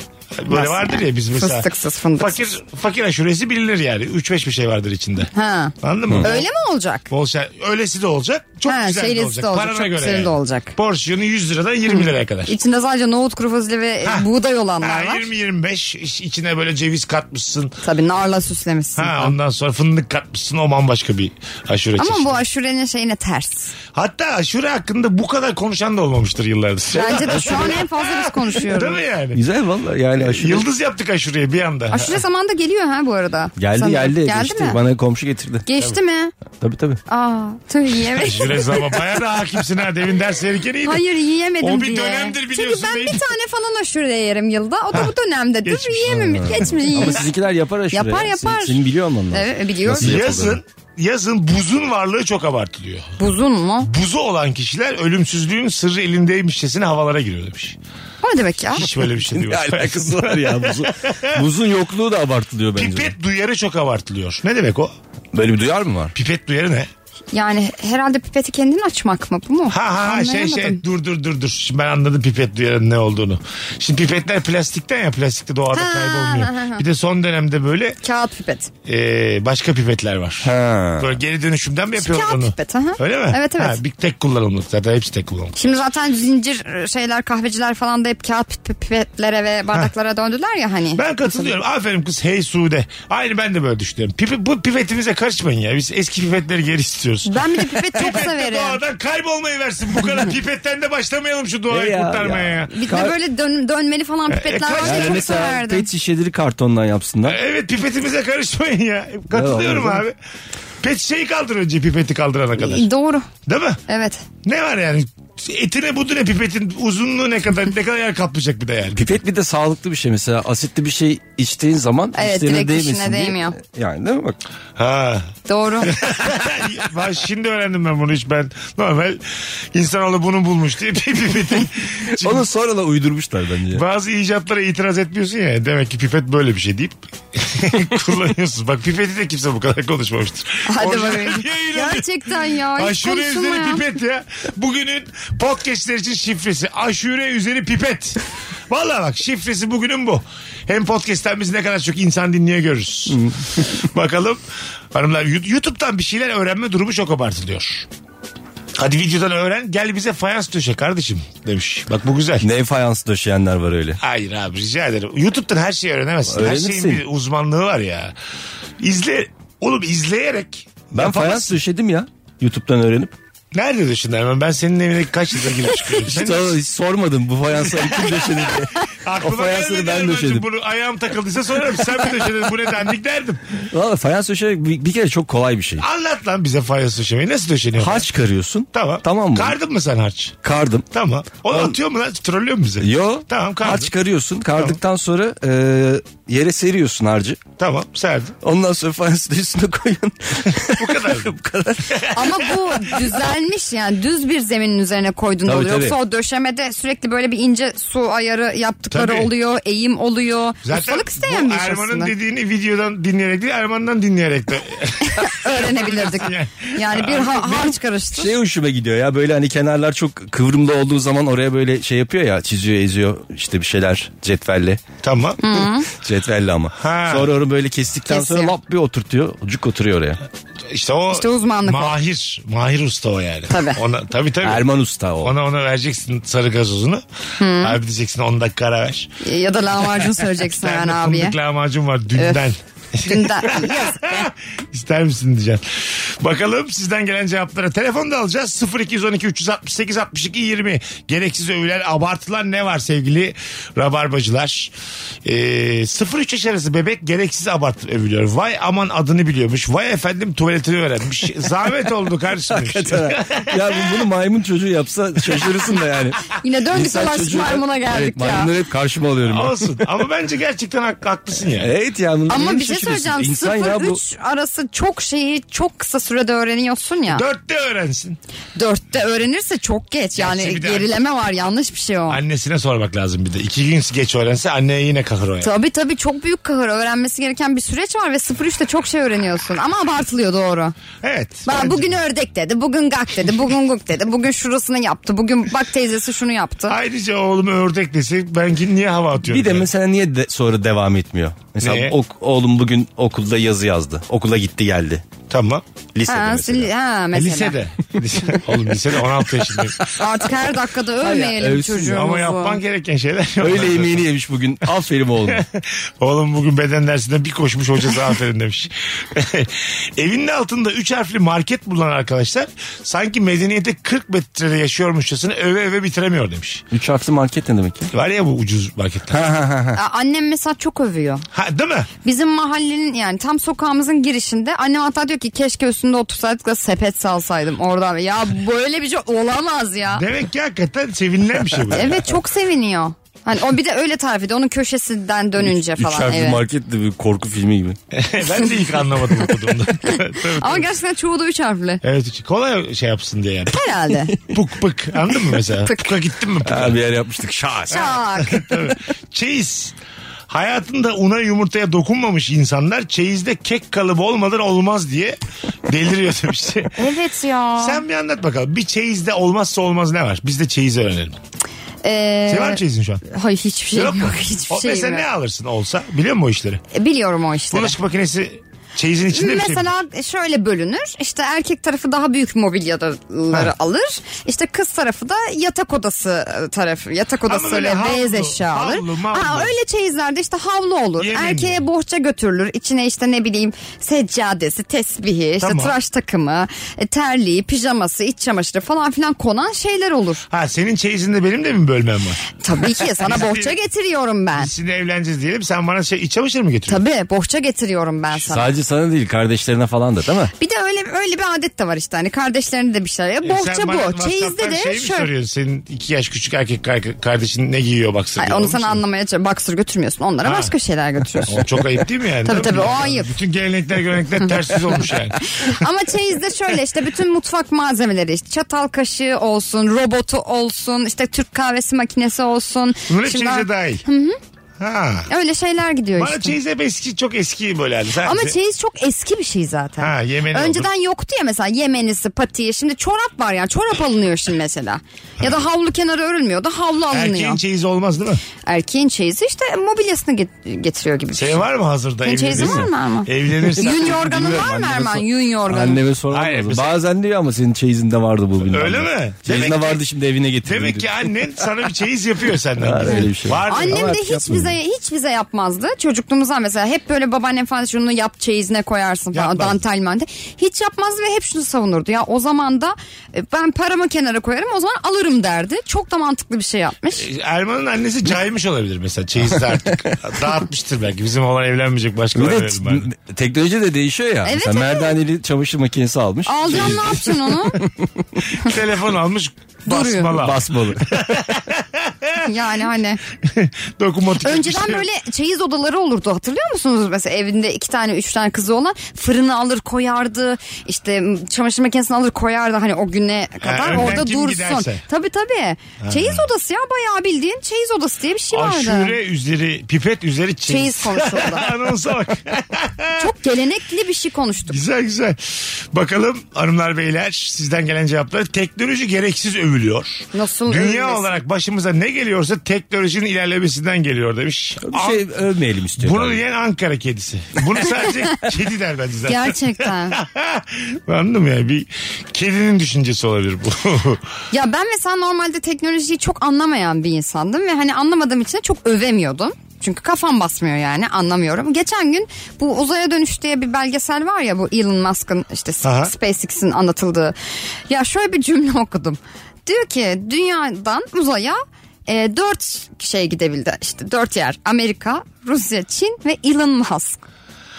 Böyle
Nasıl
vardır
yani?
ya biz mesela.
Fıstıksız, fındıksız.
Fakir, fakir aşuresi bilinir yani. 3-5 bir şey vardır içinde.
Ha.
Anladın mı?
Öyle mi olacak?
Bol şey, öylesi de olacak. Çok
Ha,
güzel de
şeylesi
olacak.
de olacak,
Parana
çok
göre
güzel de olacak.
Porsiyonu 100 liradan 20 liraya kadar.
İçinde sadece nohut kuru fasulye ve
Ha.
buğday olanlar
Ha,
var.
20-25 iç- içine böyle ceviz katmışsın.
Tabii narla süslemişsin.
Ha,
falan.
ondan sonra fındık katmışsın o bambaşka bir aşure
Ama
çeşidi.
bu aşurenin şeyine ters.
Hatta aşure hakkında bu kadar konuşan da olmamıştır yıllardır.
Bence de şu an en fazla biz
Değil
konuşuyoruz.
mi yani?
Güzel valla yani aşırı.
Yıldız yaptık aşureye bir anda.
Aşure zamanda geliyor ha bu arada.
Geldi
Sanırım.
geldi.
Geldi
geçti.
mi?
Bana komşu getirdi.
Geçti mi?
Tabii tabii.
Aa, tüh yiyemedim.
Aşure zaman bayağı da hakimsin ha. Demin ders verirken iyiydi.
Hayır yiyemedim
O bir
diye.
dönemdir biliyorsun
Çünkü ben
değil mi?
bir tane falan aşure yerim yılda. O da bu dönemdedir.
geçmiş.
Yiyememiş. Geçmiş.
Ama sizinkiler yapar aşırı.
Yapar,
ya.
yapar.
Senin, senin biliyor musun? onları?
Evet e, biliyorum.
Nasıl yapıldı?
Yazın yazın buzun varlığı çok abartılıyor.
Buzun mu?
Buzu olan kişiler ölümsüzlüğün sırrı elindeymişçesine havalara giriyor demiş.
O ne demek ya?
Hiç böyle bir şey değil.
Ne alakası var ya buzun, buzun yokluğu da abartılıyor bence. de.
Pipet duyarı çok abartılıyor. Ne demek o?
Böyle bir duyar mı var?
Pipet duyarı ne?
Yani herhalde pipeti kendin açmak mı bu mu?
Ha ha ha şey şey
Anlayamadım.
dur dur dur dur. Şimdi ben anladım pipet duyarının ne olduğunu. Şimdi pipetler plastikten ya plastikte doğada
Ha, ha,
kaybolmuyor.
ha.
Bir de son dönemde böyle
Kağıt pipet.
e, başka pipetler var.
Ha.
Böyle geri dönüşümden mi yapıyorlar
Kağıt
onu?
pipet, aha.
Öyle mi?
Evet, evet.
Ha, bir tek kullanımlık zaten hepsi tek kullanımlık.
Şimdi zaten zincir e, şeyler kahveciler falan da hep kağıt pip- pipetlere ve bardaklara döndüler ya hani.
Ben katılıyorum. Aferin kız hey Sude. Aynı ben de böyle düşünüyorum. Pipi, bu pipetimize karışmayın ya. Biz eski pipetleri geri istiyoruz.
Ben bir de pipet çok severim.
Doğadan kaybolmayı versin bu kadar. Pipetten de başlamayalım şu
E
doğayı
ya,
kurtarmaya ya.
ya.
Bir de böyle dön- dönmeli falan pipetler var
E, kaç-
ya
Yani
çok
mesela
severdim.
pet şişeleri kartondan yapsınlar.
Evet pipetimize karışmayın ya. Katılıyorum
Devam
abi. Pet şeyi kaldır önce pipeti kaldırana kadar.
Doğru.
Değil mi?
Evet.
Ne var yani? Etine budu ne pipetin uzunluğu ne kadar ne kadar yer kaplayacak bir de yani.
Pipet bir de sağlıklı bir şey mesela. Asitli bir şey içtiğin zaman
Evet,
dişlerine
direkt dişine
değmesin diye. E,
değmiyor.
Yani değil mi bak?
Ha.
Doğru.
ben şimdi öğrendim ben bunu hiç ben normal insanoğlu bunu bulmuş diye bir pipetin. Çünkü
Onu sonra da uydurmuşlar bence.
bazı icatlara itiraz etmiyorsun ya demek ki pipet böyle bir şey deyip kullanıyorsun. Bak pipeti de kimse bu kadar konuşmamıştır.
Hadi
Orijinal
bakayım.
yayınladı.
Gerçekten ya. Hiç
Aşure
konuşulma
üzeri
ya.
pipet ya. Bugünün podcastler için şifresi. Aşure üzeri pipet. Valla bak şifresi bugünün bu. Hem podcast'ten biz ne kadar çok insan dinliyor görürüz. Bakalım hanımlar Yu- YouTube'dan bir şeyler öğrenme durumu çok abartılıyor. Hadi videodan öğren gel bize fayans döşe kardeşim demiş. Bak bu güzel.
Ne fayans döşeyenler var öyle.
Hayır abi rica ederim. YouTube'dan her şeyi öğrenemezsin.
Öğrenirsin.
Her şeyin bir uzmanlığı var ya. İzle, oğlum izleyerek.
Ben fayans döşedim ya. YouTube'dan öğrenip.
Nerede düşündün hemen? Ben senin evine kaç yılda girip çıkıyorum. Sen
Hiç, hiç sormadım bu fayansları kim döşedi diye.
aklıma
o fayansları
gelmedi
ben
hemen.
döşedim.
Bunu ayağım takıldıysa sorarım. Sen mi döşedin? Bu ne dendik derdim.
Valla fayans döşemek bir, bir kere çok kolay bir şey.
Anlat lan bize fayans döşemeyi. Nasıl döşeniyor?
Harç karıyorsun.
Tamam.
Tamam mı?
Kardın mı sen harç?
Kardım.
Tamam. Onu
Tamam.
atıyor mu lan? Trollüyor mu bizi?
Yo.
Tamam kardın.
Harç karıyorsun. Kardıktan sonra e, yere seriyorsun harcı.
Tamam serdin.
Ondan sonra fayansın üstüne koyun.
Bu kadar.
Bu kadar.
Ama bu düzelmiş yani düz bir zeminin üzerine koyduğunda
Tabii,
oluyor.
tabii.
Yoksa o döşemede sürekli böyle bir ince su ayarı yaptıkları
Tabii.
oluyor. Eğim oluyor.
Zaten
Ustalık
bu
isteyen bir iş
Erman'ın
aslında.
dediğini videodan dinleyerek değil Erman'dan dinleyerek de.
Öğrenebilirdik. Yani bir ha- harç karıştı.
Şey hoşuma gidiyor ya böyle hani kenarlar çok kıvrımda olduğu zaman oraya böyle şey yapıyor ya çiziyor eziyor işte bir şeyler cetvelle.
tamam.
Cetvelle ama.
Ha.
Sonra onu böyle kestikten sonra
Kesiyor.
lap bir oturtuyor. Cuk oturuyor oraya.
İşte o
İşte uzmanlık o.
mahir. Mahir usta o yani.
Tabii.
Ona, tabii tabii.
Erman Usta o.
Ona ona vereceksin sarı gazozunu. Abi diyeceksin 10 dakika ara ver.
Ya da lahmacun söyleyeceksin
Ben
yani
de
abiye.
fındık lahmacun var dünden.
Dünden. Yazık.
İster misin diyeceğim. Bakalım sizden gelen cevaplara. Telefonu da alacağız. 0212 368 62 20. Gereksiz övüler, abartılar ne var sevgili rabarbacılar? Ee, 0-3 yaş arası bebek gereksiz abartıp övülüyor. Vay aman adını biliyormuş. Vay efendim tuvaletini öğrenmiş. Zahmet oldu kardeşim. demiş.
ya bu- bunu maymun çocuğu yapsa şaşırırsın da yani.
Yine döndük
İnsan
dolaştık
çocuğu-
maymuna geldik
evet,
ya.
Maymunları hep karşıma alıyorum. ya.
Olsun. Ama bence gerçekten hak- haklısın yani.
Evet ya bunlar
Ama
niye
bir şey söyleyeceğim.
biliyorsunuz. İnsan ya bu.
0-3 arası çok şeyi çok kısa sürede öğreniyorsun ya.
Dörtte öğrensin.
4'te öğrenirse çok geç. Yani
Gerçi bir de-
gerileme var yanlış bir şey o.
Annesine sormak lazım bir de. İki gün geç öğrense anneye yine kahır o yani.
Tabii tabii çok büyük kahır. Öğrenmesi gereken bir süreç var ve 0-3'te çok şey öğreniyorsun. Ama abartılıyor doğru.
Evet.
Bana
bence-
bugün ördek dedi, bugün gak dedi, bugün guk dedi, bugün şurasını yaptı, bugün bak teyzesi şunu yaptı.
Ayrıca oğlum ördek dese ben ki niye hava atıyorum?
Bir de
yani?
mesela niye de sonra devam etmiyor?
Neye?
Mesela ok- oğlum bugün okulda yazı yazdı. Okula gitti geldi.
Tamam.
Lisede
Ha,
mesela.
sil- ha,
E,
mesela.
Lisede. Lise- oğlum lisede 16 yaşındayım.
Artık her dakikada övmeyelim
övsün ya.
çocuğumuzu.
Ama yapman gereken şeyler yok.
Öyle yemeğini yemiş bugün. Aferin oğlum.
Oğlum bugün beden dersinde bir koşmuş hocası aferin demiş. Evinin altında 3 harfli market bulunan arkadaşlar sanki medeniyete 40 metrede yaşıyormuşçasına öve öve bitiremiyor demiş.
Üç harfli market ne demek ya?
Var ya bu ucuz marketler.
Aa, Annem mesela çok övüyor.
ha, değil mi?
Bizim mahallenin yani tam sokağımızın girişinde annem hatta diyor ki keşke üstünde otursaydık da sepet salsaydım oradan. Ya böyle bir şey olamaz ya.
Demek ki hakikaten sevinilen bir şey bu.
Evet çok seviniyor. Hani o bir de öyle tarif ediyor. Onun köşesinden dönünce
Üç
falan.
harfli
Evet.
market de bir korku filmi gibi.
ben de ilk anlamadım okuduğumda. Tabii, tabii.
Ama gerçekten çoğu da üç harfli.
Evet hiç kolay şey yapsın diye yani.
Herhalde.
Pık pık anladın mı mesela?
Pık.
Pık'a gittin mi? Pık'a?
Ha, bir yer yapmıştık. Şahs.
Çak.
Tabii. Çeyiz. Hayatında una yumurtaya dokunmamış insanlar çeyizde kek kalıbı olmadan olmaz diye deliriyor demiş.
Evet ya.
Sen bir anlat bakalım. Bir çeyizde olmazsa olmaz ne var? Biz de çeyiz öğrenelim.
Ee,
Sever mi çeyizin şu an?
Hayır hiçbir şey yok.
mu?
Hiçbir
O-
şey
mesela
yok.
ne alırsın olsa? Biliyor musun o işleri?
E, Biliyorum o işleri.
Bulaşık makinesi çeyizin içinde şey. mi?
Mesela e, şöyle bölünür. İşte erkek tarafı daha büyük mobilyaları
Ha.
alır. İşte kız tarafı da yatak odası e, tarafı. Yatak odası
böyle
ve beyaz
havlu,
eşya alır.
havlu, mavlu.
Aa, öyle çeyizlerde işte havlu olur.
Yemin
Erkeğe
mi?
bohça götürülür. İçine işte ne bileyim seccadesi, tesbihi, işte
Tamam.
tıraş takımı, e, terliği, pijaması, iç çamaşırı falan filan konan şeyler olur.
Ha senin çeyizinde benim de mi bölmem var?
Tabii ki sana
Biz-
bohça getiriyorum ben.
Biz şimdi evleneceğiz diyelim. Sen bana şey, iç çamaşırı mı getiriyorsun?
Tabii bohça getiriyorum ben sana.
Sadece sana değil kardeşlerine falan da değil mi?
Bir de öyle öyle bir adet de var işte hani kardeşlerine de bir şey. Ya
E, sen
bohça
bana
bu.
WhatsApp'tan
Çeyizde de
şey mi
şöyle.
soruyorsun? Senin iki yaş küçük erkek kar- kardeşin ne giyiyor baksın.
Ay,
diye.
onu
Olur
sana
musun?
anlamaya çalış- Baksır götürmüyorsun. Onlara
Ha.
başka şeyler götürüyorsun.
O çok ayıp değil mi yani?
Tabii
Değil mi?
tabii, o ayıp.
Bütün gelenekler görenekler tersiz olmuş yani.
Ama çeyizde şöyle işte bütün mutfak malzemeleri işte çatal kaşığı olsun, robotu olsun, işte Türk kahvesi makinesi olsun.
Bunlar hep
Şimdi
çeyize
ben-
dahil. Ha.
Öyle şeyler gidiyor
Bana
işte.
çeyiz hep eski çok eski böyle hani. Sen-
Ama
sen-
çeyiz çok eski bir şey zaten.
Ha, Yemeni
Önceden yoktu ya mesela Yemenisi, patiği. Şimdi çorap var ya. Çorap alınıyor şimdi mesela. Ya da havlu kenarı örülmüyordu. Havlu alınıyor.
Erkeğin çeyizi olmaz değil mi?
Erkeğin çeyizi işte mobilyasını get- getiriyor gibi bir şey.
Şey var mı hazırda?
Senin çeyizin
evlenirsen?
var mı Erman?
Evlenirsen.
Yün yorganın var mı
anneme
Erman?
sor-
Yün yorganı.
Anneme sormam
Hayır,
lazım.
mesela-
Bazen diyor ama senin çeyizinde vardı bu bilmem.
Öyle
ne.
mi?
Çeyizinde
Demek ki-
vardı şimdi evine getirdim.
Demek ki annen sana bir çeyiz yapıyor senden.
Var öyle bir şey.
Var mı?
Annem
Ama
de
artık
hiç bize hiç bize yapmazdı. Çocukluğumuzdan mesela hep böyle babaannem falan şunu yap çeyizine koyarsın falan
Yapmaz.
dantel mantel. Hiç yapmazdı ve hep şunu savunurdu. Ya o zaman da e, ben paramı kenara koyarım o zaman alırım derdi. Çok da mantıklı bir şey
E,
yapmış.
Erman'ın annesi caymış olabilir mesela çeyizde artık. Dağıtmıştır belki. Bizim olan evlenmeyecek başka
Bir
olan
de
evlenmez.
t- teknoloji de değişiyor ya.
Evet,
Mesela
evet.
merdaneli çamaşır makinesi almış.
Alacağım ne yapacaksın onu?
Telefon almış
Duruyor.
basmalı. almış.
Basmalı.
Yani hani.
Dokunmatik. şey.
Önceden böyle çeyiz odaları olurdu hatırlıyor musunuz? Mesela evinde iki tane üç tane kızı olan fırını alır koyardı. işte çamaşır makinesini alır koyardı hani o güne kadar
önden
orada
kim
dursun.
giderse.
Tabii tabii. Çeyiz odası ya bayağı bildiğin çeyiz odası diye bir şey vardı.
Aşure üzeri, pipet üzeri çeyiz.
Çeyiz konuşuldu.
Anonsa bak.
Çok gelenekli bir şey konuştuk.
Güzel güzel. Bakalım hanımlar beyler sizden gelen cevaplar. Teknoloji gereksiz övülüyor.
Nasıl
Dünya
övülmesin?
olarak başımıza ne geliyorsa teknolojinin ilerlemesinden geliyor demiş.
bir şey övmeyelim istiyorum.
Bunu diyen Ankara kedisi. Bunu sadece kedi der bence zaten.
Gerçekten.
Anladın mı ya? Bir kedinin düşüncesi olabilir bu.
Ya ben mesela normalde teknolojiyi çok anlamayan bir insandım ve hani anlamadığım için de çok övemiyordum. Çünkü kafam basmıyor yani anlamıyorum. Geçen gün bu uzaya dönüş diye bir belgesel var ya bu Elon Musk'ın işte S-
Aha.
SpaceX'in anlatıldığı. Ya şöyle bir cümle okudum. Diyor ki dünyadan uzaya e, dört şey gidebildi. İşte dört yer Amerika, Rusya, Çin ve Elon Musk.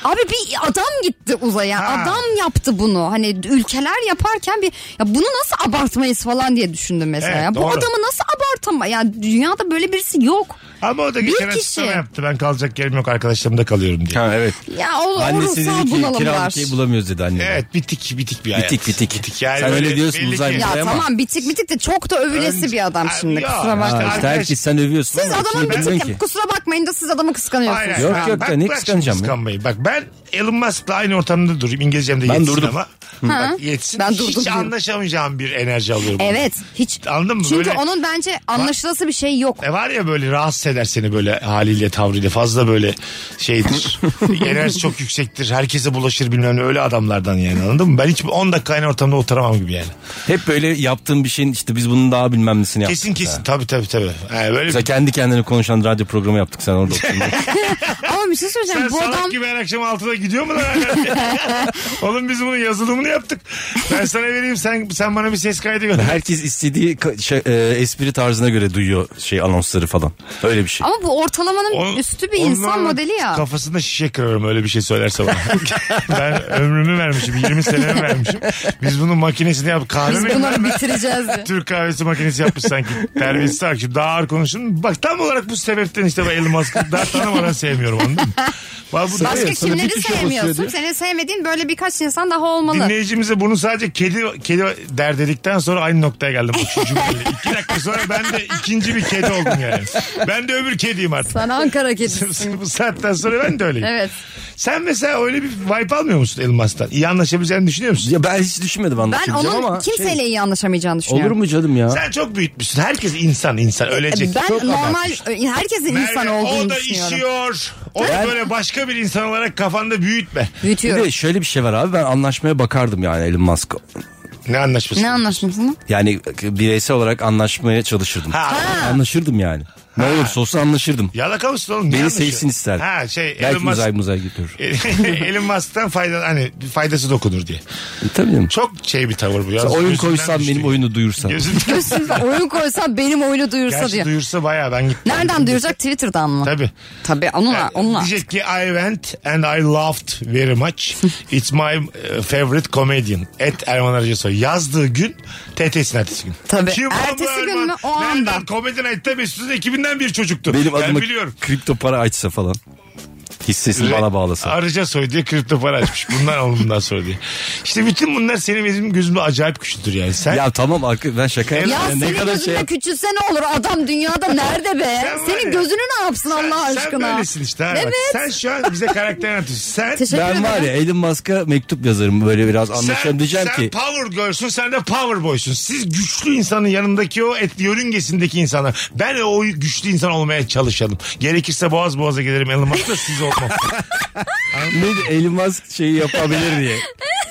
Abi bir adam gitti uzaya.
Ha.
Adam yaptı bunu. Hani ülkeler yaparken bir ya bunu nasıl abartmayız falan diye düşündüm mesela.
Evet,
ya. Bu
doğru.
adamı nasıl abartama? Ya dünyada böyle birisi yok.
Ama o da geçen
kişi.
açıklama yaptı. Ben kalacak yerim yok arkadaşlarımda kalıyorum diye.
Ha evet.
Ya o, o
Annesi
ruhsal
dedi ki
bunalımlar.
kiralık ev bulamıyoruz dedi anne.
Evet bitik bitik bir hayat.
Bitik, bitik.
yani
Sen
böyle
öyle diyorsun
belli
Uzay
ki-
Bey.
Ya
Ama-
tamam bitik bitik de çok da övülesi
Ön-
bir adam
Ay,
şimdi
ya,
kusura
işte
bakma.
Ha, işte
Arkadaş-
herkes sen övüyorsun
Siz
ama
adamı
içini bilmiyorsun ki.
bitik kusura bakmayın da siz adamı kıskanıyorsunuz.
Aynen.
Yok,
Ha,
yok
bak-
ya, ne
bak
kıskanacağım
şimdi
ya?
kıskanmayı. Bak ben Elon Musk'la aynı ortamda durayım. İngilizcem de
Ben
yetsin
durdum.
ama. Bak, yetsin.
Ben durdum
Hiç
diyorum.
anlaşamayacağım bir enerji alıyorum.
Evet hiç.
Anladın mı?
Çünkü
Böyle-
onun bence anlaşılası bir şey yok.
E var ya böyle rahatsız eder seni böyle haliyle tavrıyla fazla böyle şeydir. Enerji çok yüksektir. Herkese bulaşır bilmem ne öyle adamlardan yani anladın mı? Ben hiç 10 dakika aynı ortamda oturamam gibi yani.
Hep böyle yaptığın bir şeyin işte biz bunun daha bilmem nesini yaptık.
Kesin kesin tabii tabii tabii. E, böyle
Mesela kendi kendine konuşan radyo programı yaptık sen orada oturdun.
Ama bir
sen
şey söyleyeceğim. Bu
salak
adam
gibi her akşam altıda gidiyor mu lan? Oğlum biz bunun yazılımını yaptık. Ben sana vereyim sen sen bana bir ses kaydı gönder.
Herkes istediği ka- şey, e, espri tarzına göre duyuyor şey anonsları falan. Öyle bir şey.
ama bu ortalamanın
Onun-
üstü bir insan
onlarla
modeli ya.
Kafasında şişe kırarım öyle bir şey söylerse bana. ben ömrümü vermişim 20 senemi vermişim. Biz bunun makinesini yap kahve
Biz
mi
bunları
yapıyorlar?
bitireceğiz. diye.
Türk kahvesi makinesi yapmış sanki. Terbiyesiz takip. Daha ağır konuşun. Bak tam olarak bu sebepten işte ben Elon Musk'ı daha tanımadan sevmiyorum anladın mı? Bak bu
Başka
sana bir
kimleri
şey
kişi basıyor
sevmiyorsun?
diyor.
Seni sevmediğin böyle birkaç insan daha olmalı.
dinleyicimize bunu sadece kedi kedi der dedikten sonra aynı noktaya geldim. Üçüncü cümleyle. İki dakika sonra ben de ikinci bir kedi oldum yani. Ben de öbür kediyim artık.
Sen Ankara kedisi.
bu saatten sonra ben de öyleyim.
Evet.
Sen mesela öyle bir vibe almıyor musun Elon Musk'tan? İyi anlaşabileceğini düşünüyor musun?
Ya ben hiç düşünmedim
Ben
anlaşılacağım
onun
ama.
kimseyle
şey,
iyi anlaşamayacağını
Olur
düşünüyorum. Ee,
mu canım ya?
Sen çok büyütmüşsün. Herkes insan insan. Ölecek.
Ben
Çok
normal e, herkesin
Merve,
insan olduğunu
O da
düşünüyorum.
işiyor. O da
Ben-
böyle başka bir insan olarak kafanda büyütme.
Bir
Büyütüyorum.
de şöyle bir şey var abi ben anlaşmaya bakardım yani Elon Musk.
Ne anlaşması?
Ne anlaşmışsın?
Yani bireysel olarak anlaşmaya çalışırdım.
Ha.
Anlaşırdım yani. Ne olursa olsun anlaşırdım.
Yalaka mısın oğlum? Ne
Beni
anlaşıyor?
sevsin isterdim.
Ha şey
Belki
Elon Musk.
muzay muzay götürür.
Elon Musk'tan fayda, hani faydası dokunur diye.
E, tabii canım.
Çok şey bir tavır bu. Yalnız
oyun
gözümden
koysan
düştü.
benim oyunu duyursan.
Gözümden
Siz oyun koysa benim oyunu duyursa
Gerçi
diyor.
duyursa baya ben gittim.
Nereden duyuracak? Twitter'dan mı?
Tabii.
Tabii onunla. onunla.
Diyecek ki I went and I laughed very much. It's my eh, favorite comedian. Et Erman Arıca Soy. Yazdığı gün TT'sin ertesi gün.
Tabii.
Kim lan bu
Ertesi gün
Erman?
mü? O
Nereden?
anda.
Comedian Et'te Mesut'un ekibinden bir çocuktu.
Benim
ben
adıma
biliyorum.
kripto para açsa falan. Hissesini bana bağlasa.
Arıca soy diye kripto para açmış. Bundan oğlum bundan sonra diye. İşte bütün bunlar senin bizim gözümde acayip güçlüdür yani. Sen
Ya tamam arka- ben şaka
Ya
yapıyorum. şey
senin gözünde küçülse ne olur adam dünyada nerede be?
şey Sen var ya-
senin gözünü ne yapsın Allah
sen,
aşkına?
Sen böylesin işte. ha. Bak,
Evet.
Sen şu an bize karakter anlatıyorsun. Sen
Teşekkür
Ben
ederim.
var ya Elon Musk'a mektup yazarım böyle biraz anlaşalım
sen,
diyeceğim
sen
ki.
power girl'sün sen de power boy'sun. Siz güçlü insanın yanındaki o et, yörüngesindeki insanlar. Ben o güçlü insan olmaya çalışalım. Gerekirse boğaz boğaza gelirim Elon Musk'la siz olmam.
Ne Elon Musk şeyi yapabilir diye.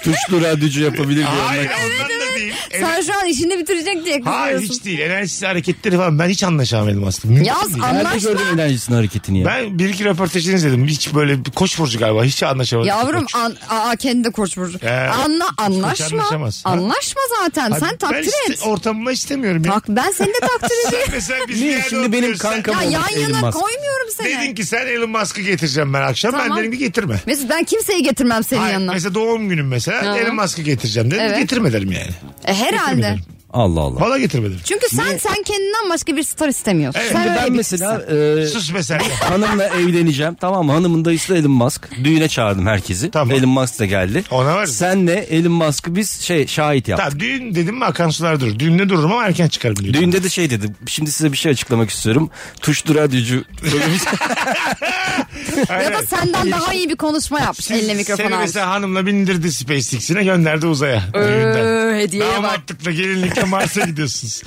Tuşlu radyocu yapabilir diye.
Hayır ondan da değil.
Sen şu an işini bitirecek diye
Hayır
kızıyorsun.
hiç değil. Enerjisiz hareketleri falan ben hiç anlaşamam Elon Musk'la. Mümkün
Yaz
değil.
Nerede
anlaşma.
gördün enerjisini hareketini ya?
Ben bir iki röportajını izledim. Hiç böyle bir koç burcu galiba. Hiç anlaşamadım.
Yavrum
Koç.
an, aa, kendi de koç burcu.
Ee,
Anla, anlaşma.
anlaşamaz. Ha?
Anlaşma zaten.
Abi
Sen
ben
takdir
iste-
et.
ortamıma istemiyorum ya.
Tak, ben seni de takdir
Sen
ediyorum.
mesela biz bir
Niye
yerde
şimdi benim
oturuyoruz. Sen-
kankam
ya
olur
yan
Elon
yana
Musk?
koymuyorum seni.
Dedin ki sen Elon Musk'ı getireceğim ben akşam. Ben
Tamam.
dedim ki getirme.
Mesut ben kimseyi getirmem senin
Hayır,
yanına.
mesela doğum günüm mesela
Hı.
Elon Musk'ı getireceğim dedim.
Evet.
Getirme derim yani.
E, herhalde.
Allah Allah.
Valla getirme derim.
Çünkü sen sen kendinden başka bir star istemiyorsun.
Evet.
sen
Şimdi
öyle
ben
bir
mesela
tipsin.
e,
Sus be sen.
hanımla evleneceğim tamam mı? Hanımın dayısı da Elon Musk. Düğüne çağırdım herkesi.
Tamam.
Elon Musk da geldi.
Ona var.
Senle Elon Musk'ı biz şey şahit yaptık.
Tamam düğün dedim mi akan sular durur. Düğünde dururum ama erken çıkarım diyor.
Düğünde de şey dedi. Şimdi size bir şey açıklamak istiyorum. Tuşlu radyocu. Böyle bir şey.
Ya da senden daha iyi bir konuşma yapmış eline mikrofon
Seni
almış.
mesela hanımla bindirdi SpaceX'ine gönderdi uzaya. düğünden.
Ee, hediyeye bak.
Damatlıkla gelinlikle Mars'a gidiyorsunuz.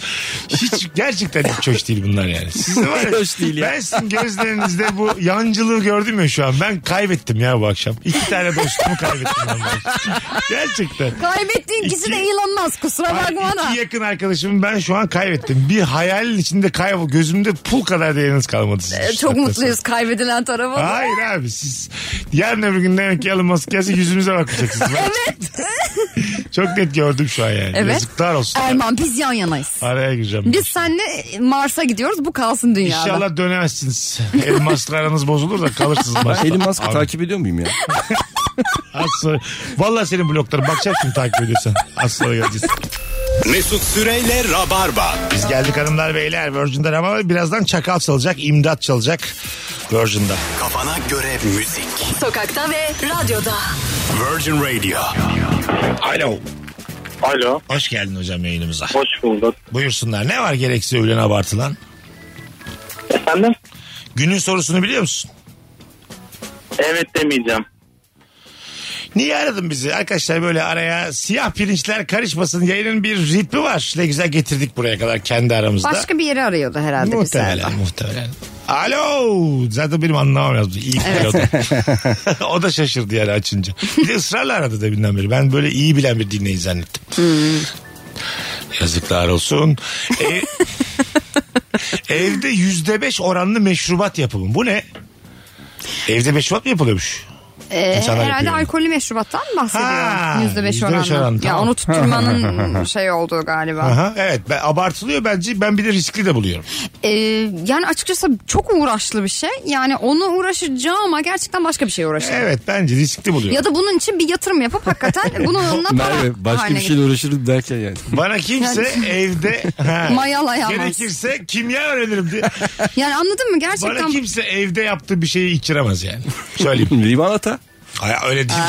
Hiç gerçekten hiç hoş değil bunlar yani. Siz de var ya,
Hoş değil ya.
Ben sizin gözlerinizde bu yancılığı gördüm ya şu an. Ben kaybettim ya bu akşam. İki tane dostumu kaybettim ben bu akşam. Gerçekten.
Kaybettiğin kişi de Elon Musk kusura
Ay,
bakma ona.
İki yakın arkadaşımı ben şu an kaybettim. Bir hayalin içinde kaybol. Gözümde pul kadar değeriniz kalmadı. sizin
E,
şu
Çok
saatten
mutluyuz
sonra.
kaybedilen tarafa.
Hayır abi siz yarın öbür gün demek ki Elon Musk gelse yüzümüze bakmayacaksınız. evet. Çok net gördüm şu an yani.
Evet.
Yazıklar olsun.
Erman biz yan yanayız.
Araya gireceğim.
Biz seninle e, Mars'a gidiyoruz bu kalsın dünyada.
İnşallah dönemezsiniz. Elon Musk'la aranız bozulur da kalırsınız. Mars'ta.
Ben Elon Musk'ı
Abi,
takip ediyor muyum ya?
az sonra- Vallahi senin blokları bakacaksın takip ediyorsan. Az sonra geleceğiz.
Mesut Süreyle Rabarba.
Biz geldik hanımlar beyler Virgin'den ama birazdan çakal çalacak, imdat çalacak Virgin'da.
Kafana göre müzik.
Sokakta ve radyoda.
Virgin Radio.
Alo.
Alo.
Hoş geldin hocam yayınımıza.
Hoş bulduk.
Buyursunlar. Ne var gereksiz övülen abartılan?
Efendim?
Günün sorusunu biliyor musun?
Evet demeyeceğim.
Niye aradın bizi? Arkadaşlar böyle araya siyah pirinçler karışmasın. Yayının bir ritmi var. Ne güzel getirdik buraya kadar kendi aramızda.
Başka bir yere arıyordu herhalde bir
muhtemelen, muhtemelen. Alo. Zaten benim anlamam lazım. İyi o da. o da şaşırdı yani açınca. Bir de ısrarla aradı deminden beri. Ben böyle iyi bilen bir dinleyici zannettim.
Hmm.
Yazıklar olsun. Ev- Evde yüzde beş oranlı meşrubat yapımı. Bu ne? Evde meşrubat mı yapılıyormuş?
Ee,
İnsanlar
herhalde
yapıyor.
alkollü meşrubattan
Ha,
bahsediyor. Yüzde beş
yüzde beş
oranla.
oran,
Ya
tamam.
onu tutturmanın şey olduğu galiba.
Aha, evet ben, abartılıyor bence ben bir de riskli de buluyorum.
Ee, yani açıkçası çok uğraşlı bir şey. Yani onu uğraşacağıma gerçekten başka bir şeye uğraşacağım.
Evet bence riskli buluyorum.
Ya da bunun için bir yatırım yapıp hakikaten bununla para
Merve başka
haline
şey-
bir şeyle uğraşırım derken yani.
Bana kimse evde ha,
Mayalayamaz.
gerekirse kimya öğrenirim diye.
getir- Yani anladın mı
Bana
gerçekten?
kimse evde yaptığı bir şeyi içiremez yani. Söyleyeyim.
Limonata.
Hay- öyle değil.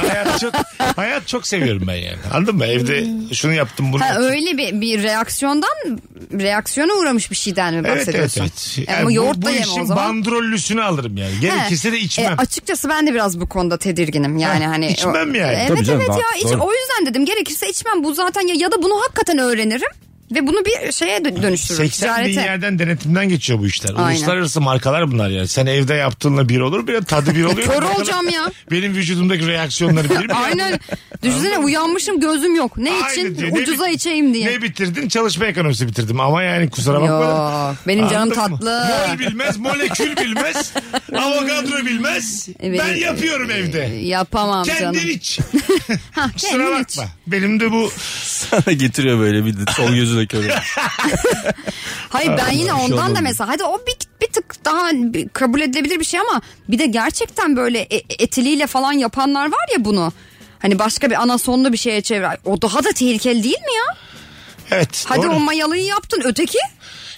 hayat çok hayat çok seviyorum ben yani. Anladın mı? Evde şunu yaptım bunu.
Hmm. Ha,
yaptım.
öyle bir, bir reaksiyondan reaksiyona uğramış bir şeyden mi
Evet evet
bahsediyorsun?
evet.
Yani
Yani
bu, yoğurt
bu,
da
bu
yeme
işin
o zaman.
bandrollüsünü alırım yani.
He.
Gerekirse de içmem.
E, açıkçası ben de biraz bu konuda tedirginim yani
Ha,
hani.
içmem yani.
Evet
Tabii canım,
evet
daha-
ya iç-
doğru.
o yüzden dedim gerekirse içmem bu zaten ya, ya da bunu hakikaten öğrenirim ve bunu bir şeye dö-
80
dönüştürürüm
bin
ticarete.
yerden denetimden geçiyor bu işler.
Aynen.
Uluslararası markalar bunlar yani. Sen evde yaptığınla bir olur bir de tadı bir oluyor.
Kör
Bakalım
olacağım ya.
Benim vücudumdaki reaksiyonları bir mi?
Aynen. Düşünsene uyanmışım gözüm yok. Ne
Aynı
için?
diyor. Ne
Ucuza
bit-
içeyim diye.
Ne bitirdin? Çalışma ekonomisi bitirdim. Ama yani kusura bakma.
Yo, benim canım
Anladın mı?
tatlı.
Mol bilmez, molekül bilmez, avokadro bilmez.
Evet.
Ben yapıyorum evde.
Yapamam canım.
Kendin iç.
Ha,
Kusura
kendin
bakma. Benim de bu
Sana getiriyor böyle bir de sol gözüne kör. olmuş.
Hayır ben yine
bir şey
ondan da
olmadı.
mesela hadi o bir, bir tık daha bir- kabul edilebilir bir şey ama bir de gerçekten böyle e- etiliyle falan yapanlar var ya bunu. Hani başka bir anasonlu bir şeye çevir. O daha da tehlikeli değil mi ya?
evet.
Hadi
doğru.
o mayalıyı yaptın öteki.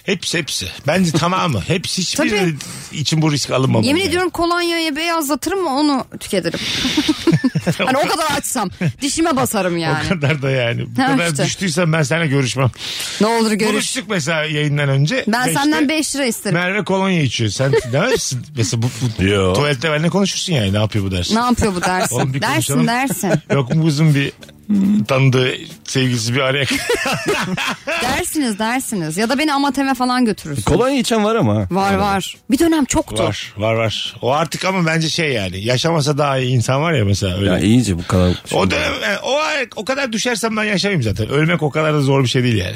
Hepsi hepsi. Bence tamamı. Hepsi hiçbiri
Tabii.
için bu risk alınmamalı.
Yemin
yani.
ediyorum kolonyaya beyazlatırım onu tüketirim. hani o kadar açsam dişime basarım yani.
O kadar da yani. Bu
Ha,
kadar
işte.
düştüysen ben seninle görüşmem.
Ne olur görüş.
Konuştuk mesela yayından önce.
Ben
Beşte
senden 5 lira isterim.
Merve kolonya içiyor. Sen demez misin? Mesela bu, bu
Yo.
tuvalette benimle konuşursun yani. Ne yapıyor bu dersin?
Ne yapıyor bu dersin?
Oğlum bir konuşalım.
dersin dersin.
Yok mu kızım bir tanıdığı sevgilisi bir araya
dersiniz dersiniz. Ya da beni amateme falan götürürsün.
Kolonya içen var ama. ha.
Var var. Bir dönem çoktu.
var var var. O artık ama bence şey yani yaşamasa daha iyi insan var ya mesela öyle.
Ya iyice bu kadar. şey
o dönem yani o, o kadar düşersem ben yaşamayayım zaten. Ölmek o kadar da zor bir şey değil yani.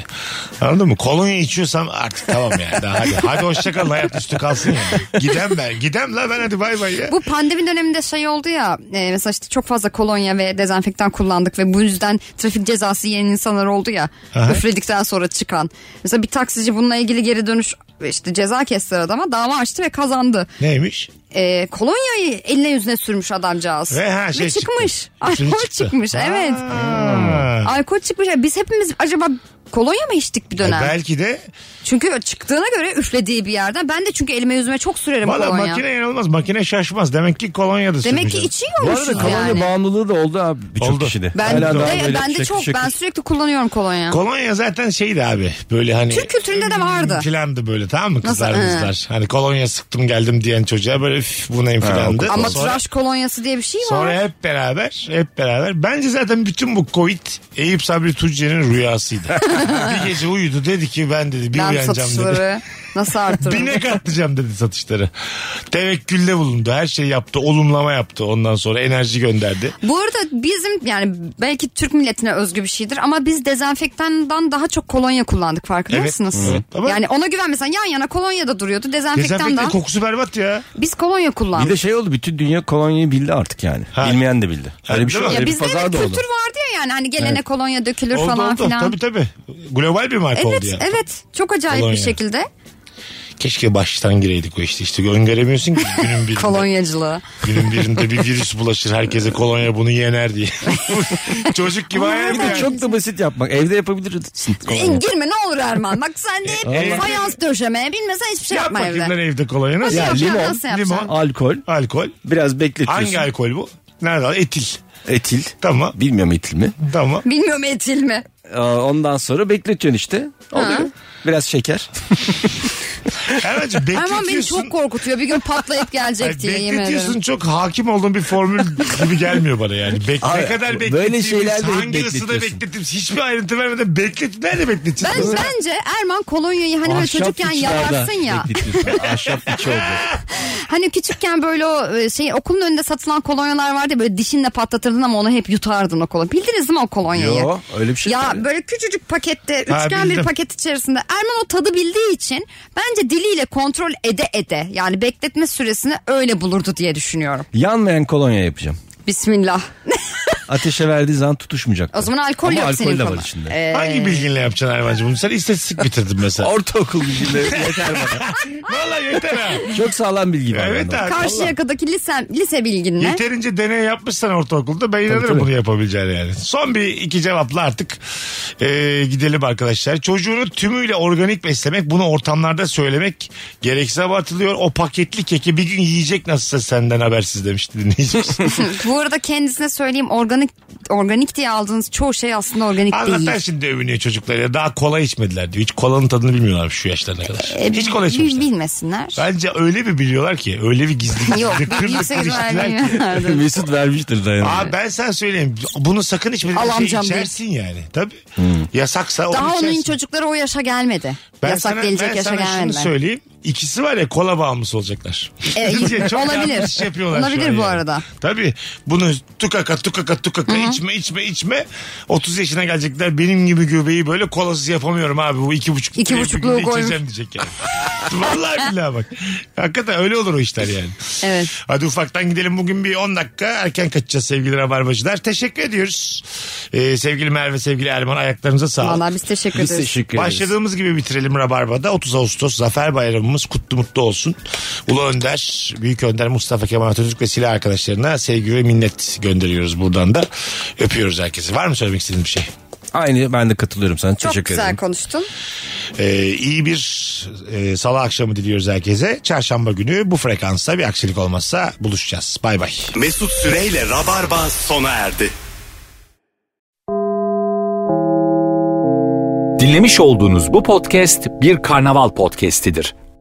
Anladın mı? Kolonya içiyorsam artık tamam yani. Daha hadi, hadi hoşçakalın hayat üstü kalsın yani. Gidem ben. Gidem la ben hadi bay bay ya.
Bu pandemi döneminde şey oldu ya e, mesela işte çok fazla kolonya ve dezenfektan kullandık ve bu yüzden trafik cezası yiyen insanlar oldu ya
Aha.
üfledikten sonra çıkan. Mesela bir taksici bununla ilgili geri dönüş işte ceza kesti adama dava açtı ve kazandı.
Neymiş?
E, kolonyayı eline yüzüne sürmüş adamcağız.
Ve ha şey
çıkmış.
çıktı. Üstüne
Alkol
çıktı. E,
çıkmış evet.
Ha.
Alkol çıkmış. Biz hepimiz acaba kolonya mı içtik bir dönem?
Belki de
Çünkü çıktığına göre üflediği bir yerden. Ben de çünkü elime yüzüme çok sürerim
valla
kolonya.
makine yanılmaz. Makine şaşmaz. Demek ki kolonya da
Demek
sürmüş
ki
adam.
Bu
içiyormuşuz
arada kolonya
yani.
bağımlılığı da oldu abi birçok
Oldu.
kişide.
Ben
Hala
de,
daha böyle
ben de
şekil
çok
şekil.
ben sürekli kullanıyorum kolonya.
Kolonya zaten şeydi abi böyle hani.
Türk kültüründe de vardı.
Filandı böyle tamam mı kızlar
Nasıl? He.
kızlar. Hani kolonya sıktım geldim diyen çocuğa böyle "Üf, bu neyim filandı.
Ama
sonra,
tıraş kolonyası diye bir şey var.
sonra hep beraber hep beraber. Bence zaten bütün bu covid Eyüp Sabri Tunceli'nin rüyasıydı. bir gece uyudu dedi ki ben dedi bir
ben
uyanacağım dedi.
satışları nasıl artırırım?
Binek atlayacağım dedi satışları. Tevekkülde bulundu. Her şey yaptı. Olumlama yaptı. Ondan sonra enerji gönderdi.
Bu arada bizim yani belki Türk milletine özgü bir şeydir ama biz dezenfektandan daha çok kolonya kullandık farkında
Evet,
mısınız?
evet. Ama-
Yani ona güven mesela yan yana kolonya da duruyordu dezenfektandan.
Dezenfektan kokusu berbat ya.
Biz kolonya kullandık.
Bir de şey oldu bütün dünya kolonyayı bildi artık yani.
Ha.
Bilmeyen de bildi. Öyle bir şey
değil mi?
oldu.
Ya
Öyle bir
bizde
pazar
evet
da
kültür
oldu.
vardı ya yani hani gelene kolonya dökülür
Oldu
falan
oldu.
filan.
Tabii tabii. Global bir marka oldu
Evet
ya.
evet çok acayip
Kolonya.
bir şekilde.
Keşke baştan gireydik o işte. İşte öngöremiyorsun ki günün birinde.
Kolonyacılığı.
Günün birinde bir virüs bulaşır herkese kolonya bunu yener diye. Çocuk gibi hayal
Bir de
yani.
çok da basit yapmak. Evde yapabilirsin.
E, girme ne olur Erman. Bak sen de hep fayans döşeme. Bilmesen hiçbir şey
Yap
yapma
bakayım lan
evde.
evde kolonya nasıl?
Nasıl
Ya,
yapacaksın?
limon,
Nasıl yapacaksın?
limon.
Alkol.
Alkol.
Biraz bekletiyorsun.
Hangi alkol bu? Nerede? al- Etil.
Etil.
Tamam.
Bilmiyorum etil mi?
Tamam.
Bilmiyorum etil mi?
Ee, Ondan sonra bekletiyorsun işte. Oluyor. Biraz şeker.
Erman'cığım
Erman beni
bekletiyorsun.
çok korkutuyor. Bir gün patlayıp
E, Ay,
gelecek diye yemin
bekletiyorsun
ederim.
çok hakim olduğun bir formül gibi gelmiyor bana yani. Bek- ne
Abi,
kadar
böyle
beklettiğimiz,
şeyler de hep
hangi ısıda
bekletiyorsun.
beklettiğimiz, hiçbir ayrıntı vermeden beklet, nerede bekleteceğiz?
Ben,
Mesela-
bence Erman kolonyayı hani böyle
Ahşap
çocukken
fıçılarda
yalarsın ya.
bekletiyorsun. Ahşap fıçı olacak.
Hani küçükken böyle o e, şey okulun önünde satılan kolonyalar vardı ya, böyle dişinle patlatırdın ama onu hep yutardın o kolonya. Bildiniz mi o kolonyayı?
Yo, öyle bir şey
Ya
değil.
böyle küçücük pakette
Ha,
üçgen bir
bildim.
paket içerisinde Erman o tadı bildiği için bence diliyle kontrol ede ede yani bekletme süresini öyle bulurdu diye düşünüyorum.
Yanmayan kolonya yapacağım.
Bismillah.
Ateşe verdiği zaman tutuşmayacak.
O zaman alkol
Ama
yok
alkol
senin
de var
kolon-
içinde.
Ee,
Hangi bilginle yapacaksın Erman'cığım bunu? Sen istatistik bitirdin mesela.
Ortaokul bilgileri yeter bana.
Valla yeter ha.
Çok sağlam bilgi var.
Evet
bende.
abi.
Karşı
vallahi.
yakadaki lise, lise bilginle.
Yeterince deney yapmışsan ortaokulda ben inanırım
tabii.
bunu yapabileceğine yani. Son bir iki cevapla artık e, gidelim arkadaşlar. Çocuğunu tümüyle organik beslemek bunu ortamlarda söylemek gereksiz abartılıyor. O paketli keki bir gün yiyecek nasılsa senden habersiz demişti dinleyicimiz.
Bu arada kendisine söyleyeyim organik organik diye aldığınız çoğu şey aslında organik
Anlatan
değil.
şimdi övünüyor çocuklar ya daha kola içmediler diyor. Hiç kolanın tadını bilmiyorlar şu yaşlarına kadar.
Ee,
Hiç kola
bil-
içmemişler.
Bilmesinler.
Bence öyle bir biliyorlar ki öyle bir gizli gizli
Yok
kırdık
yüksek
ilişkiler ki.
vermiyorlardı.
Mesut vermiştir dayanım.
Aa ben sana söyleyeyim. Bunu sakın içmediğin
Al
şey
amcam bir.
içersin yani. Tabii. Yasaksa onu
Daha onun
içersin.
çocukları o yaşa gelmedi. Yasak gelecek
ben
yaşa
sana şunu
gelmedi.
söyleyeyim. İkisi var ya kola bağımlısı olacaklar.
E,
Çok
olabilir.
yanlış iş yapıyorlar şu
Olabilir
an
bu
yani.
arada.
Tabii. Bunu tukaka tukaka tukaka içme içme içme. 30 yaşına gelecekler benim gibi göbeği böyle kolasız yapamıyorum abi. Bu iki buçuk
İki
litre bir
buçukluğu
günde
koymuş.
içeceğim diyecek yani. Vallahi billahi bak. Hakikaten öyle olur o işler yani.
Evet.
Hadi ufaktan gidelim bugün bir 10 dakika erken kaçacağız sevgili rabarbacılar. Teşekkür ediyoruz. Ee, sevgili Merve, sevgili Erman ayaklarınıza sağlık.
Vallahi biz teşekkür
Biz
ederiz.
teşekkür ederiz.
Başladığımız gibi bitirelim Rabarba'da. 30 Ağustos Zafer Bayramımız kutlu mutlu olsun. Ulu Önder, Büyük Önder Mustafa Kemal Atatürk ve silah arkadaşlarına sevgi ve minnet gönderiyoruz buradan da. Öpüyoruz herkesi. Var mı söylemek istediğiniz bir şey?
Aynı ben de katılıyorum sana.
Çok
Teşekkür
güzel
ederim.
konuştun.
Ee, iyi bir e, salı akşamı diliyoruz herkese. Çarşamba günü bu frekansta bir aksilik olmazsa buluşacağız. Bay bay.
Mesut Süreyle Rabarba sona erdi.
Dinlemiş olduğunuz bu podcast bir karnaval podcastidir.